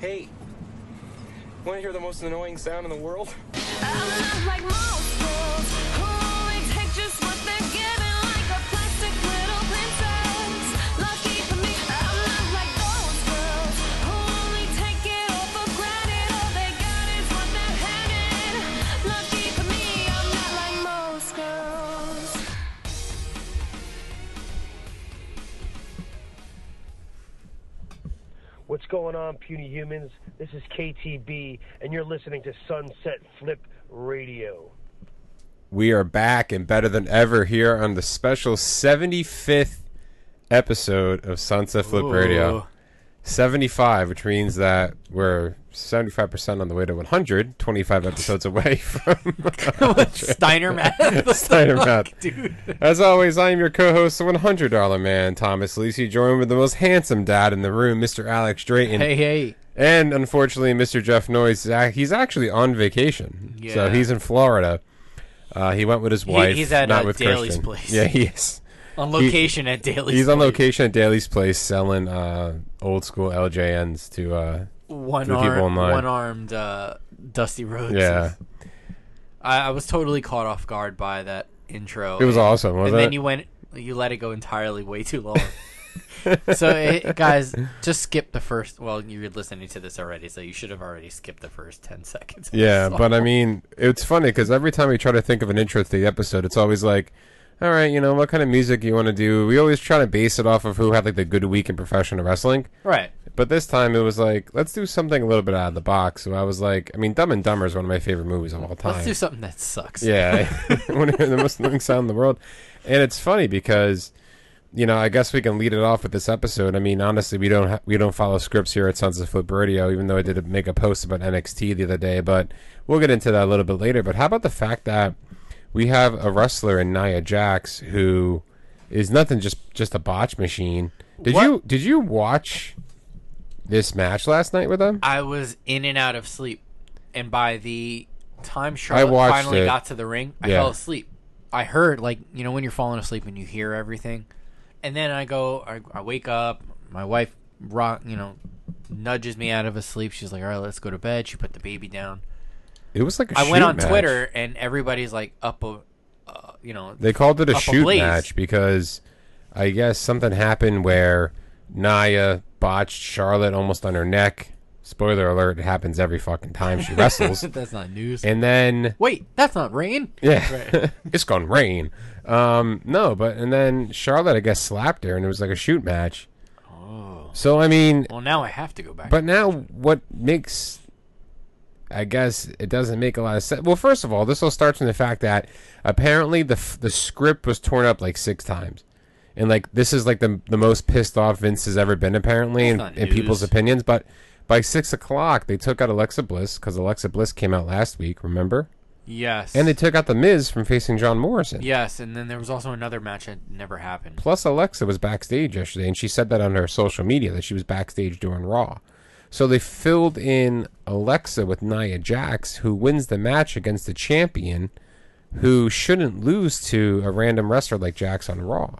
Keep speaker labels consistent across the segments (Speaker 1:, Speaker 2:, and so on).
Speaker 1: Hey, want to hear the most annoying sound in the world?
Speaker 2: I'm not like most girls who only take just what they're given, like a plastic little princess. Lucky for me, I'm not like those girls who only take it all for granted. All they got is what they're handed. Lucky for me, I'm not like most girls.
Speaker 3: What's going on, puny humans? This is KTB, and you're listening to Sunset Flip Radio.
Speaker 4: We are back and better than ever here on the special 75th episode of Sunset Flip Radio. 75, which means that we're 75% on the way to 100, 25 episodes away from
Speaker 5: Steiner math.
Speaker 4: Steiner math.
Speaker 5: Dude.
Speaker 4: As always, I am your co-host, the $100 man, Thomas Lisi, joined with the most handsome dad in the room, Mr. Alex Drayton.
Speaker 5: Hey, hey.
Speaker 4: And unfortunately, Mr. Jeff Noyes, uh, he's actually on vacation. So
Speaker 5: Yeah.
Speaker 4: he's in Florida. Uh, he went with his wife.
Speaker 5: he's at,
Speaker 4: not
Speaker 5: uh,
Speaker 4: with
Speaker 5: Daly's
Speaker 4: Kirsten.
Speaker 5: place.
Speaker 4: Yeah, he is.
Speaker 5: On location at Daly's.
Speaker 4: He's on
Speaker 5: Place.
Speaker 4: location at Daly's place selling uh, old school LJNs to. Uh,
Speaker 5: One
Speaker 4: Two people
Speaker 5: arm,
Speaker 4: online.
Speaker 5: one armed uh, Dusty Rhodes.
Speaker 4: yeah,
Speaker 5: I, I was totally caught off guard by that intro.
Speaker 4: it was
Speaker 5: and,
Speaker 4: awesome.
Speaker 5: And
Speaker 4: Wasn't
Speaker 5: then
Speaker 4: it?
Speaker 5: you went, you let it go entirely way too long. so it, guys, just skip the first. Well, you're listening to this already, so you should have already skipped the first ten seconds. of
Speaker 4: Yeah,
Speaker 5: the song.
Speaker 4: but I mean, it's funny because every time we try to think of an intro to the episode, it's always like, all right, you know, what kind of music you want to do? We always try to base it off of who had like the good week in professional wrestling.
Speaker 5: right.
Speaker 4: But this time it was like, let's do something a little bit out of the box. So I was like, I mean, Dumb and Dumber is one of my favorite movies of all time.
Speaker 5: Let's do something that sucks.
Speaker 4: Yeah, one of the most annoying sound in the world. And it's funny because, you know, I guess we can lead it off with this episode. I mean, honestly, we don't ha- we don't follow scripts here at Sons of Flip Radio, even though I did make a post about NXT the other day. But we'll get into that a little bit later. But how about the fact that we have a wrestler in Nia Jax who is nothing just just a botch machine. Did
Speaker 5: What?
Speaker 4: you did you watch this match last night with them?
Speaker 5: I was in and out of sleep, and by the time Charlotte
Speaker 4: watched
Speaker 5: finally
Speaker 4: it.
Speaker 5: got to the ring, I
Speaker 4: Yeah.
Speaker 5: fell asleep. I heard like you know when you're falling asleep and you hear everything, and then I go, I, I wake up. My wife, rock, you know, nudges me out of a sleep. She's like, "All right, let's go to bed." She put the baby down.
Speaker 4: It was like a
Speaker 5: I
Speaker 4: shoot
Speaker 5: went on
Speaker 4: match.
Speaker 5: Twitter, and everybody's like up a, uh, you know,
Speaker 4: They called it a
Speaker 5: Up
Speaker 4: shoot
Speaker 5: ablaze.
Speaker 4: match because I guess something happened where Naya botched Charlotte almost on her neck. Spoiler alert, it happens every fucking time she wrestles.
Speaker 5: that's not news.
Speaker 4: and then
Speaker 5: Wait, that's not rain.
Speaker 4: yeah, it's gonna rain. Um, no, but and then Charlotte I guess slapped her and it was like a shoot match. Oh. So I mean,
Speaker 5: Well, now I have to go back.
Speaker 4: but now what makes I guess it doesn't make a lot of sense. Well, first of all, this all starts from the fact that apparently the f- the script was torn up like six times. And like this is like the the most pissed off Vince has ever been apparently in,
Speaker 5: not
Speaker 4: in people's
Speaker 5: news.
Speaker 4: opinions, but by six o'clock they took out Alexa Bliss because Alexa Bliss came out last week, remember?
Speaker 5: yes,
Speaker 4: And they took out the Miz from facing John Morrison.
Speaker 5: yes, and then there was also another match that never happened.
Speaker 4: Plus, Alexa was backstage yesterday, and she said that on her social media that she was backstage doing Raw. So they filled in Alexa with Nia Jax, who wins the match against the champion, who shouldn't lose to a random wrestler like Jax on Raw.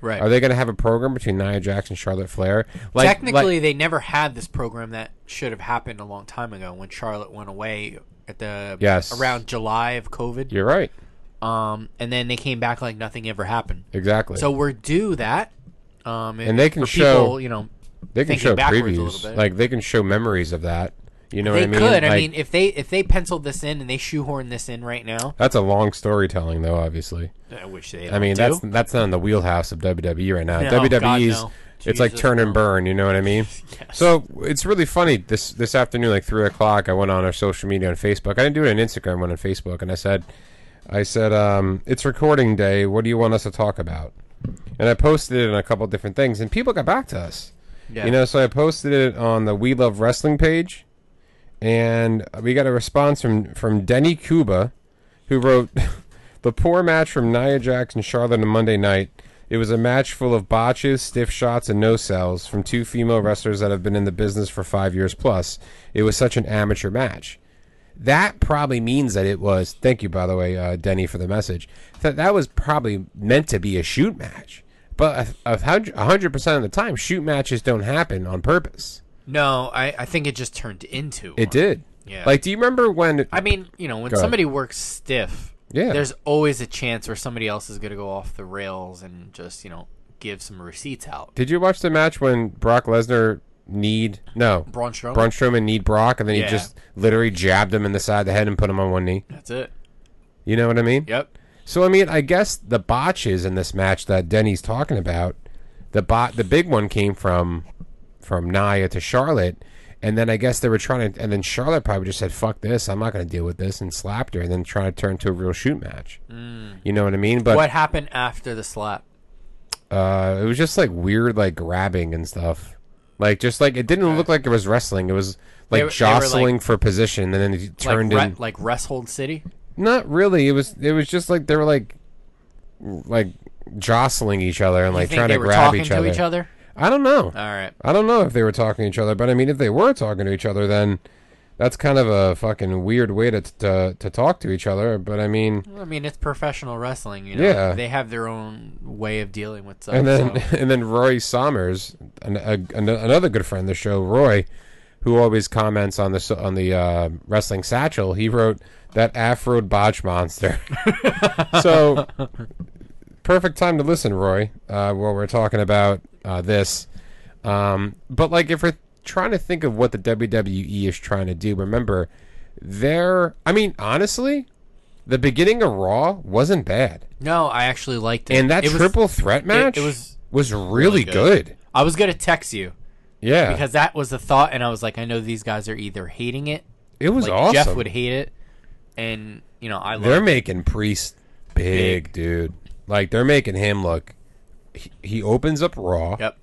Speaker 5: Right.
Speaker 4: Are they going to have a program between Nia Jax and Charlotte Flair? Like,
Speaker 5: Technically,
Speaker 4: like-
Speaker 5: they never had this program that should have happened a long time ago when Charlotte went away at the
Speaker 4: Yes.
Speaker 5: around July of COVID.
Speaker 4: you're right.
Speaker 5: Um, and then they came back like nothing ever happened.
Speaker 4: Exactly.
Speaker 5: So we're due that. Um,
Speaker 4: And they can
Speaker 5: for
Speaker 4: show-
Speaker 5: people, you know,
Speaker 4: they can
Speaker 5: thinking
Speaker 4: show
Speaker 5: backwards a little
Speaker 4: previews.
Speaker 5: bit.
Speaker 4: Like they can show memories of that. You know
Speaker 5: they
Speaker 4: what I mean?
Speaker 5: could. I
Speaker 4: Like,
Speaker 5: mean, if they if they penciled this in and they shoehorn this in right now,
Speaker 4: that's a long storytelling, though. Obviously.
Speaker 5: I wish they.
Speaker 4: I mean,
Speaker 5: do.
Speaker 4: that's that's not in the wheelhouse of WWE right now.
Speaker 5: No,
Speaker 4: WWE's
Speaker 5: God, no.
Speaker 4: it's like
Speaker 5: Jesus,
Speaker 4: turn and
Speaker 5: no.
Speaker 4: burn. You know what I mean?
Speaker 5: Yes.
Speaker 4: So it's really funny. This this afternoon, like three o'clock, I went on our social media on Facebook. I didn't do it on Instagram. I went on Facebook, and I said, I said, um, it's recording day. What do you want us to talk about? And I posted it on a couple different things, and people got back to us.
Speaker 5: Yeah.
Speaker 4: You know, so I posted it on the We Love Wrestling page, and we got a response from from Denny Cuba, who wrote the poor match from Nia Jax and Charlotte on Monday night. It was a match full of botches, stiff shots, and no sells from two female wrestlers that have been in the business for five years plus. It was such an amateur match. That probably means that it was. Thank you, by the way, uh, Denny, for the message. That that was probably meant to be a shoot match, but a hundred percent of the time, shoot matches don't happen on purpose.
Speaker 5: No, I, I think it just turned into.
Speaker 4: It
Speaker 5: one.
Speaker 4: did.
Speaker 5: Yeah.
Speaker 4: Like, do you remember when?
Speaker 5: I mean, you know, when
Speaker 4: Go ahead.
Speaker 5: somebody works stiff,
Speaker 4: Yeah.
Speaker 5: there's always a chance where somebody else is going to go off the rails and just, you know, give some receipts out.
Speaker 4: did you watch the match when Brock Lesnar need no
Speaker 5: Braun Strowman.
Speaker 4: Braun Strowman need Brock, and then
Speaker 5: Yeah.
Speaker 4: he just literally jabbed him in the side of the head and put him on one knee.
Speaker 5: That's it.
Speaker 4: You know what I mean?
Speaker 5: Yep.
Speaker 4: So I mean, I guess the botches in this match that Denny's talking about, the bot, the big one came from from Naya to Charlotte, and then I guess they were trying to, and then Charlotte probably just said, "Fuck this, I'm not going to deal with this," and slapped her, and then trying to turn to a real shoot match. You know what I mean? But
Speaker 5: Mm. what happened after the slap?
Speaker 4: uh, it was just like weird, like grabbing and stuff. Like just like it didn't look like it was wrestling. It was like
Speaker 5: They were- they were, like-
Speaker 4: jostling for position, and then it turned
Speaker 5: like,
Speaker 4: in.
Speaker 5: Re- like Rest Hold City?
Speaker 4: Not really. It was it was just like they were like like jostling each other and
Speaker 5: You
Speaker 4: like
Speaker 5: think
Speaker 4: trying
Speaker 5: they
Speaker 4: to
Speaker 5: were
Speaker 4: grab
Speaker 5: talking
Speaker 4: each
Speaker 5: to
Speaker 4: other.
Speaker 5: each other?
Speaker 4: I don't know.
Speaker 5: All right.
Speaker 4: I don't know if they were talking to each other, but I mean, if they were talking to each other, then that's kind of a fucking weird way to to, to talk to each other. But I mean,
Speaker 5: Well, I mean, it's professional wrestling, you know.
Speaker 4: Yeah.
Speaker 5: They have their own way of dealing with stuff.
Speaker 4: and then
Speaker 5: so-
Speaker 4: and then Roy Sommers, an, a, an, another good friend of the show, Roy, who always comments on the s- on the uh, wrestling satchel. He wrote that Afro botch monster. so perfect time to listen, Roy, uh, while we're talking about uh, this. Um, but like, if we're trying to think of what the WWE is trying to do, remember, there. I mean, honestly, the beginning of Raw wasn't bad.
Speaker 5: no, I actually liked it.
Speaker 4: And that
Speaker 5: It was-
Speaker 4: triple threat match
Speaker 5: it was
Speaker 4: really,
Speaker 5: good.
Speaker 4: good.
Speaker 5: I was going to text you
Speaker 4: Yeah.
Speaker 5: because that was the thought, and I was like, I know these guys are either hating it,
Speaker 4: it was
Speaker 5: like
Speaker 4: awesome.
Speaker 5: Jeff would hate it, and you know I love.
Speaker 4: they're
Speaker 5: it.
Speaker 4: making Priest big,
Speaker 5: Big.
Speaker 4: dude. Like they're making him look he, he opens up Raw,
Speaker 5: Yep,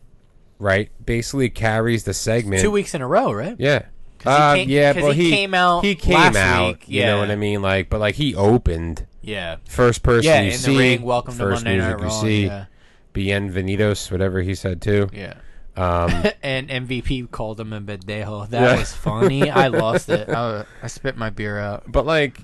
Speaker 4: right? Basically carries the segment.
Speaker 5: two weeks in a row, right?
Speaker 4: Yeah.
Speaker 5: 'Cause he
Speaker 4: Uh,
Speaker 5: came-
Speaker 4: yeah,
Speaker 5: 'cause
Speaker 4: but
Speaker 5: he
Speaker 4: he
Speaker 5: came out
Speaker 4: He came
Speaker 5: last
Speaker 4: out.
Speaker 5: week,
Speaker 4: You know
Speaker 5: yeah.
Speaker 4: what I mean? Like, but like he opened
Speaker 5: Yeah,
Speaker 4: first person
Speaker 5: yeah.
Speaker 4: you
Speaker 5: In
Speaker 4: see.
Speaker 5: the ring, welcome to
Speaker 4: first
Speaker 5: Monday
Speaker 4: music
Speaker 5: Night
Speaker 4: you
Speaker 5: Raw.
Speaker 4: see.
Speaker 5: Yeah,
Speaker 4: Bienvenidos, whatever he said too.
Speaker 5: yeah.
Speaker 4: Um,
Speaker 5: and MVP called him a bendejo. That was funny. I lost it. I, I spit my beer out.
Speaker 4: But like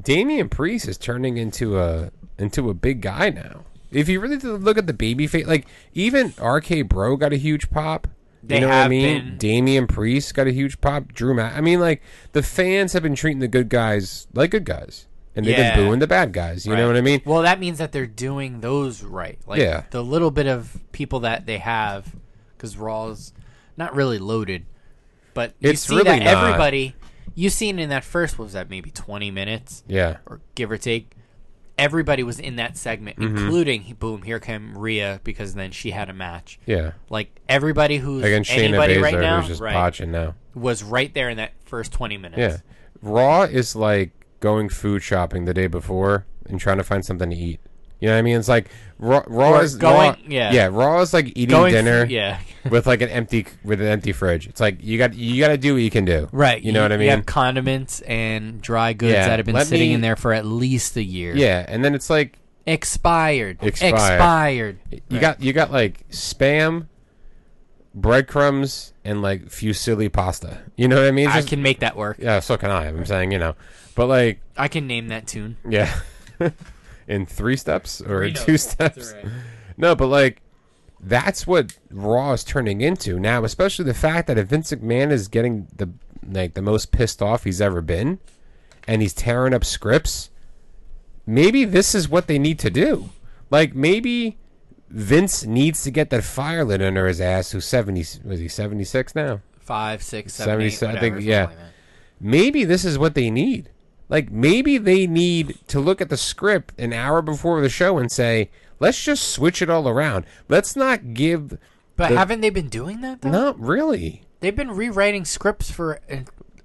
Speaker 4: Damian Priest is turning into a into a big guy now. If you really look at the baby face, like even RK Bro got a huge pop.
Speaker 5: They
Speaker 4: you know what
Speaker 5: have
Speaker 4: I mean?
Speaker 5: been.
Speaker 4: Damian Priest got a huge pop. Drew Matt. I mean, like the fans have been treating the good guys like good guys, and they've
Speaker 5: Yeah.
Speaker 4: been booing the bad guys. You know what I mean?
Speaker 5: Well, that means that they're doing those right. Like
Speaker 4: Yeah.
Speaker 5: the little bit of people that they have, because Raw's not really loaded, but you
Speaker 4: It's
Speaker 5: see
Speaker 4: really
Speaker 5: that
Speaker 4: not.
Speaker 5: everybody you seen in that first what was that maybe twenty minutes.
Speaker 4: Yeah.
Speaker 5: or give or take. Everybody was in that segment,
Speaker 4: Mm-hmm.
Speaker 5: including boom, here came Rhea because then she had a match.
Speaker 4: Yeah.
Speaker 5: Like everybody who's
Speaker 4: Against Shayna
Speaker 5: anybody
Speaker 4: Baszler,
Speaker 5: right now
Speaker 4: who's just
Speaker 5: right,
Speaker 4: botching now.
Speaker 5: was right there in that first twenty minutes.
Speaker 4: Yeah. Raw is like going food shopping the day before and trying to find something to eat. You know what I mean? It's like raw, raw
Speaker 5: Or
Speaker 4: is
Speaker 5: going-
Speaker 4: raw,
Speaker 5: yeah.
Speaker 4: yeah. Raw is like eating
Speaker 5: Going
Speaker 4: dinner,
Speaker 5: through- yeah.
Speaker 4: with like an empty with an empty fridge. It's like you got you got to do what you can do,
Speaker 5: Right.
Speaker 4: You know what I
Speaker 5: You
Speaker 4: mean?
Speaker 5: have condiments and dry goods
Speaker 4: Yeah,
Speaker 5: that have been
Speaker 4: let
Speaker 5: sitting
Speaker 4: me-
Speaker 5: in there for at least a year.
Speaker 4: Yeah, and then it's like
Speaker 5: Expired.
Speaker 4: Expired.
Speaker 5: Expired.
Speaker 4: you got you got like spam, breadcrumbs, and like few silly pasta. You know what I mean? It's
Speaker 5: I
Speaker 4: just-
Speaker 5: can make that work.
Speaker 4: yeah, so can I. I'm saying you know, but like
Speaker 5: I can name that tune.
Speaker 4: yeah, in three steps or in
Speaker 5: Burritos.
Speaker 4: two steps. No, but like that's what Raw is turning into now, especially the fact that if Vince McMahon is getting the like the most pissed off he's ever been, and he's tearing up scripts. Maybe this is what they need to do. Like maybe Vince needs to get that fire lit under his ass. Who's seventy? Was he seventy six now?
Speaker 5: Five, six, seven, eight,
Speaker 4: 77, I
Speaker 5: whatever,
Speaker 4: think,
Speaker 5: something
Speaker 4: yeah.
Speaker 5: like that.
Speaker 4: maybe this is what they need. Like maybe they need to look at the script an hour before the show and say, let's just switch it all around. Let's not give
Speaker 5: But
Speaker 4: The-
Speaker 5: haven't they been doing that though?
Speaker 4: not really.
Speaker 5: They've been rewriting scripts for uh,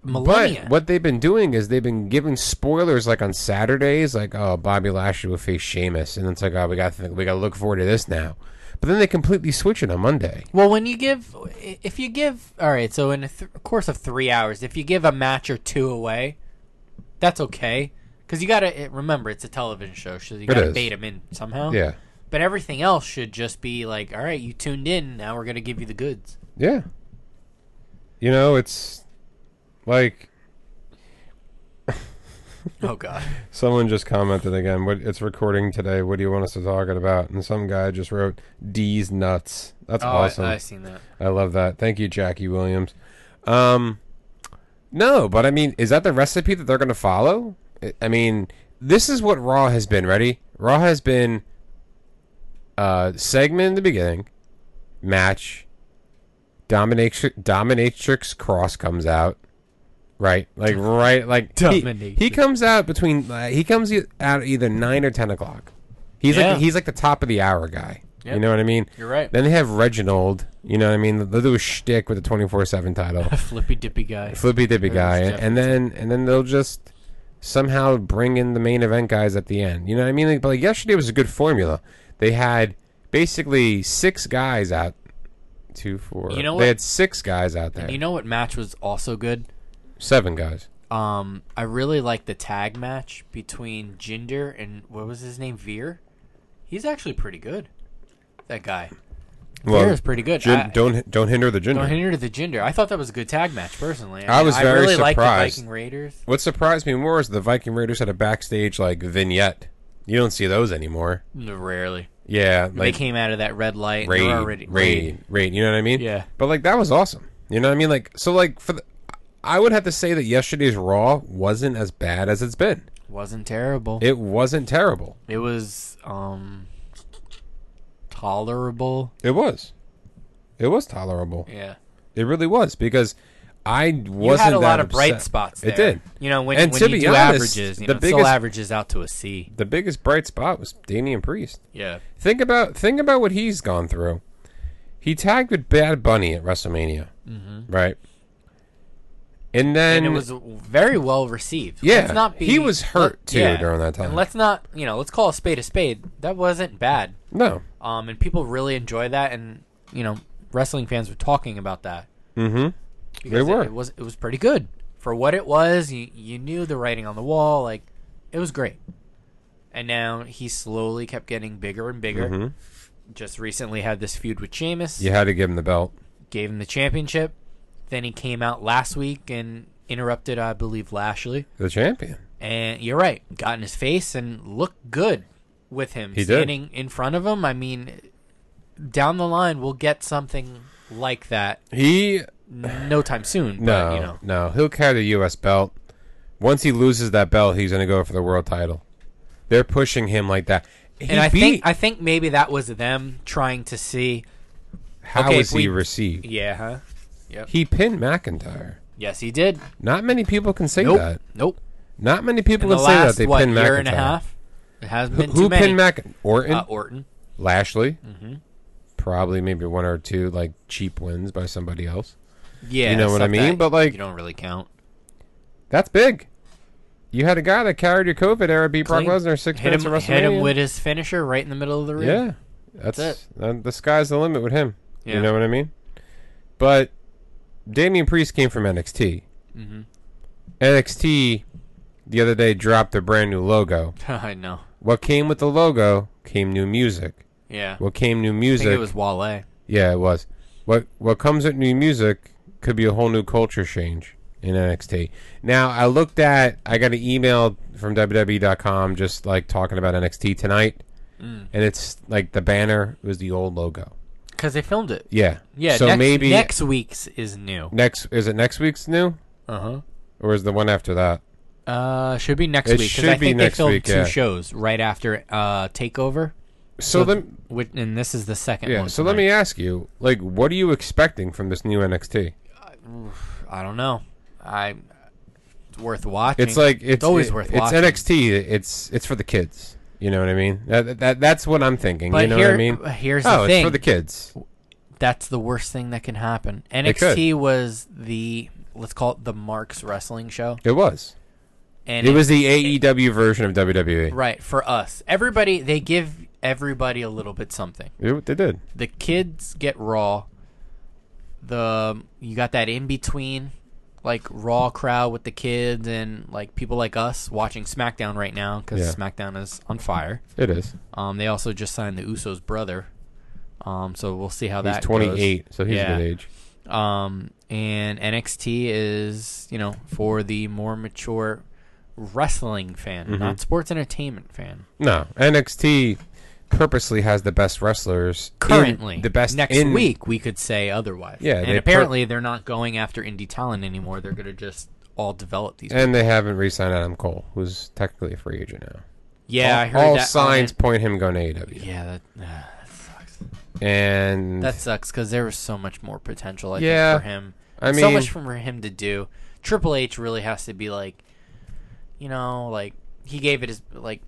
Speaker 5: millennia.
Speaker 4: But what they've been doing is they've been giving spoilers like on Saturdays, like oh Bobby Lashley will face Sheamus, and it's like oh we got to we got to look forward to this now. But then they completely switch it on Monday.
Speaker 5: Well, when you give, if you give, all right. So in a th- course of three hours, if you give a match or two away, that's okay. Because you gotta it- remember, it's a television show, so you gotta
Speaker 4: is.
Speaker 5: bait them in somehow.
Speaker 4: Yeah,
Speaker 5: But everything else should just be like, all right, you tuned in. Now we're gonna give you the goods.
Speaker 4: yeah. You know, it's like
Speaker 5: Oh god.
Speaker 4: Someone just commented again. What it's recording today. What do you want us to talk about? And some guy just wrote D's nuts. That's
Speaker 5: Oh,
Speaker 4: awesome.
Speaker 5: I, I seen that.
Speaker 4: I love that. Thank you, Jackie Williams. Um, no, but I mean, is that the recipe that they're going to follow? I- I mean, this is what Raw has been. Ready? Raw has been uh, segment in the beginning, match, dominatrix, dominatrix cross comes out. Right, like right, like he- he,
Speaker 5: Dominatrix.
Speaker 4: comes out between uh, he comes e- out either nine or ten o'clock. He's
Speaker 5: Yeah.
Speaker 4: like he's like the top of the hour guy. You
Speaker 5: Yep.
Speaker 4: know what I mean?
Speaker 5: You're right.
Speaker 4: Then they have Reginald. You know what I mean? They'll do a shtick with the twenty four seven title,
Speaker 5: Flippy dippy guy.
Speaker 4: flippy dippy
Speaker 5: There's
Speaker 4: guy,
Speaker 5: Jeff.
Speaker 4: and then and then they'll just somehow bring in the main event guys at the end. You know what I mean? Like, but like yesterday was a good formula. They had basically six guys out. Two, four.
Speaker 5: You know
Speaker 4: They
Speaker 5: what?
Speaker 4: had six guys out there.
Speaker 5: You know what match was also good?
Speaker 4: Seven guys.
Speaker 5: Um, I really like the tag match between Jinder and what was his name? Veer. He's actually pretty good. That guy. Veer is pretty good.
Speaker 4: gin-
Speaker 5: I-
Speaker 4: don't don't hinder the gender.
Speaker 5: Don't hinder the Jinder. I thought that was a good tag match personally.
Speaker 4: I was very
Speaker 5: really like the
Speaker 4: surprised.
Speaker 5: Viking Raiders.
Speaker 4: what surprised me more is the Viking Raiders had a backstage like vignette. You don't see those anymore.
Speaker 5: Rarely.
Speaker 4: Yeah, like
Speaker 5: they came out of that red light.
Speaker 4: raid,
Speaker 5: they were already
Speaker 4: raid, raid. You know what I mean?
Speaker 5: Yeah.
Speaker 4: But like that was awesome. You know what I mean? Like so, like for the, I would have to say that yesterday's Raw wasn't as bad as it's been.
Speaker 5: wasn't terrible. It,
Speaker 4: It wasn't terrible.
Speaker 5: was um tolerable.
Speaker 4: It was, it was tolerable.
Speaker 5: Yeah.
Speaker 4: It really was because I wasn't
Speaker 5: You had a lot
Speaker 4: that
Speaker 5: of bright
Speaker 4: upset.
Speaker 5: spots.
Speaker 4: It
Speaker 5: there.
Speaker 4: did.
Speaker 5: You know when,
Speaker 4: And
Speaker 5: when
Speaker 4: to
Speaker 5: you
Speaker 4: be
Speaker 5: do
Speaker 4: honest,
Speaker 5: averages, you
Speaker 4: the
Speaker 5: know, it still
Speaker 4: biggest-
Speaker 5: averages out to a C.
Speaker 4: The biggest bright spot was Damian Priest.
Speaker 5: Yeah.
Speaker 4: Think about think about what he's gone through. He tagged with Bad Bunny at WrestleMania, right? And then
Speaker 5: Mm-hmm. and it was very well received.
Speaker 4: Yeah,
Speaker 5: let's not be,
Speaker 4: he was hurt,
Speaker 5: let-
Speaker 4: too, during that time.
Speaker 5: And let's not, you know, let's call a spade a spade. That wasn't bad.
Speaker 4: no,
Speaker 5: Um, and people really enjoy that, and you know, wrestling fans were talking about that. Mm-hmm. Because
Speaker 4: They were.
Speaker 5: It, it was it was pretty good for what it was. You you knew the writing on the wall, like it was great. And now he slowly kept getting bigger and bigger.
Speaker 4: Mm-hmm.
Speaker 5: Just recently had this feud with Sheamus
Speaker 4: you had to give him the belt.
Speaker 5: gave him the championship. Then he came out last week and interrupted, I believe, Lashley.
Speaker 4: The champion.
Speaker 5: And you're right, got in his face and looked good with him
Speaker 4: He did.
Speaker 5: standing in front of him. I mean, down the line we'll get something like that
Speaker 4: He
Speaker 5: no time soon.
Speaker 4: no
Speaker 5: but, you know,
Speaker 4: no he'll carry the U.S. belt. Once he loses that belt, he's gonna go for the world title. They're pushing him like that. He
Speaker 5: and I
Speaker 4: beat-
Speaker 5: think I think maybe that was them trying to see.
Speaker 4: how
Speaker 5: okay,
Speaker 4: is
Speaker 5: if we-
Speaker 4: he received?
Speaker 5: Yeah, huh?
Speaker 4: He pinned McIntyre.
Speaker 5: Yes, he did.
Speaker 4: Not many people can say
Speaker 5: Nope,
Speaker 4: that.
Speaker 5: nope.
Speaker 4: Not many people
Speaker 5: In the
Speaker 4: can say that
Speaker 5: last
Speaker 4: they
Speaker 5: what
Speaker 4: pinned
Speaker 5: year
Speaker 4: McIntyre.
Speaker 5: and a half, it hasn't
Speaker 4: Who,
Speaker 5: been
Speaker 4: who
Speaker 5: too many.
Speaker 4: pinned Mc Orton?
Speaker 5: uh, Mm-hmm. Orton.
Speaker 4: Lashley, probably maybe one or two like cheap wins by somebody else.
Speaker 5: Yeah,
Speaker 4: know what I
Speaker 5: stuff
Speaker 4: mean?
Speaker 5: that
Speaker 4: But, like-
Speaker 5: you don't really count.
Speaker 4: That's big. You had a guy that carried your COVID era, beat Brock
Speaker 5: Clean.
Speaker 4: Lesnar six
Speaker 5: hit
Speaker 4: minutes
Speaker 5: him,
Speaker 4: of WrestleMania.
Speaker 5: hit him with his finisher right in the middle of the ring.
Speaker 4: yeah, that's, uh, the sky's the limit with him. You
Speaker 5: Yeah.
Speaker 4: know what I mean? But Damian Priest came from NXT.
Speaker 5: Mm-hmm.
Speaker 4: NXT the other day dropped their brand new logo.
Speaker 5: I know.
Speaker 4: What came with the logo came new music.
Speaker 5: Yeah,
Speaker 4: What came new
Speaker 5: I
Speaker 4: music?
Speaker 5: think it was Wale.
Speaker 4: Yeah, it was. What what comes with new music could be a whole new culture change in NXT. Now I looked at I got an email from WWE.com just like talking about NXT tonight,
Speaker 5: Mm.
Speaker 4: and it's like the banner was the old logo.
Speaker 5: because they filmed it.
Speaker 4: Yeah,
Speaker 5: Yeah,
Speaker 4: So
Speaker 5: next,
Speaker 4: maybe
Speaker 5: next week's is new.
Speaker 4: next is it next week's new
Speaker 5: Uh-huh.
Speaker 4: or is the one after that?
Speaker 5: Uh Should be next
Speaker 4: It
Speaker 5: week because
Speaker 4: should
Speaker 5: I
Speaker 4: be
Speaker 5: think
Speaker 4: next
Speaker 5: they filmed
Speaker 4: week,
Speaker 5: two
Speaker 4: yeah.
Speaker 5: shows right after uh Takeover.
Speaker 4: So, then
Speaker 5: which, and this is the second
Speaker 4: yeah.
Speaker 5: one.
Speaker 4: So let me ask you, like, what are you expecting from this new NXT?
Speaker 5: I don't know. I it's worth watching.
Speaker 4: It's like it's,
Speaker 5: always
Speaker 4: it-
Speaker 5: worth
Speaker 4: It's
Speaker 5: watching.
Speaker 4: NXT. It's it's for the kids. You know what I mean? That, that that's what I'm thinking.
Speaker 5: But
Speaker 4: you know what I
Speaker 5: here-
Speaker 4: mean?
Speaker 5: but here's the
Speaker 4: oh, it's for
Speaker 5: thing.
Speaker 4: the kids.
Speaker 5: That's the worst thing that can happen.
Speaker 4: could.
Speaker 5: NXT was the let's call it the Marks Wrestling Show,
Speaker 4: It was.
Speaker 5: and
Speaker 4: It was the E AEW version of E. WWE.
Speaker 5: Right, for us. Everybody they give everybody a little bit something.
Speaker 4: It- they did.
Speaker 5: The kids get raw. The you got that in between like raw crowd with the kids and like people like us watching SmackDown right now cuz
Speaker 4: Yeah.
Speaker 5: SmackDown is on fire.
Speaker 4: It is.
Speaker 5: Um they also just signed the Usos brother. Um so we'll see how
Speaker 4: He's
Speaker 5: that goes.
Speaker 4: 28, so he's a
Speaker 5: Yeah.
Speaker 4: good age.
Speaker 5: Um, and NXT is, you know, for the more mature wrestling fan,
Speaker 4: Mm-hmm.
Speaker 5: not sports entertainment fan.
Speaker 4: No, NXT purposely has the best wrestlers in-
Speaker 5: Currently,
Speaker 4: the best
Speaker 5: next
Speaker 4: in-
Speaker 5: week we could say otherwise.
Speaker 4: Yeah,
Speaker 5: and
Speaker 4: they
Speaker 5: apparently they're not going after indie talent anymore. They're going to just all develop these.
Speaker 4: and they haven't re-signed Adam Cole, who's technically a free agent now.
Speaker 5: yeah, I
Speaker 4: all,
Speaker 5: heard
Speaker 4: all
Speaker 5: that
Speaker 4: signs
Speaker 5: comment.
Speaker 4: point him going to E AEW,
Speaker 5: Yeah, that, uh, that sucks.
Speaker 4: and
Speaker 5: That sucks because there was so much more potential. I
Speaker 4: Yeah,
Speaker 5: think, for him.
Speaker 4: I
Speaker 5: so
Speaker 4: mean-
Speaker 5: much for him to do. Triple H really has to be like, you know, like he gave it his like.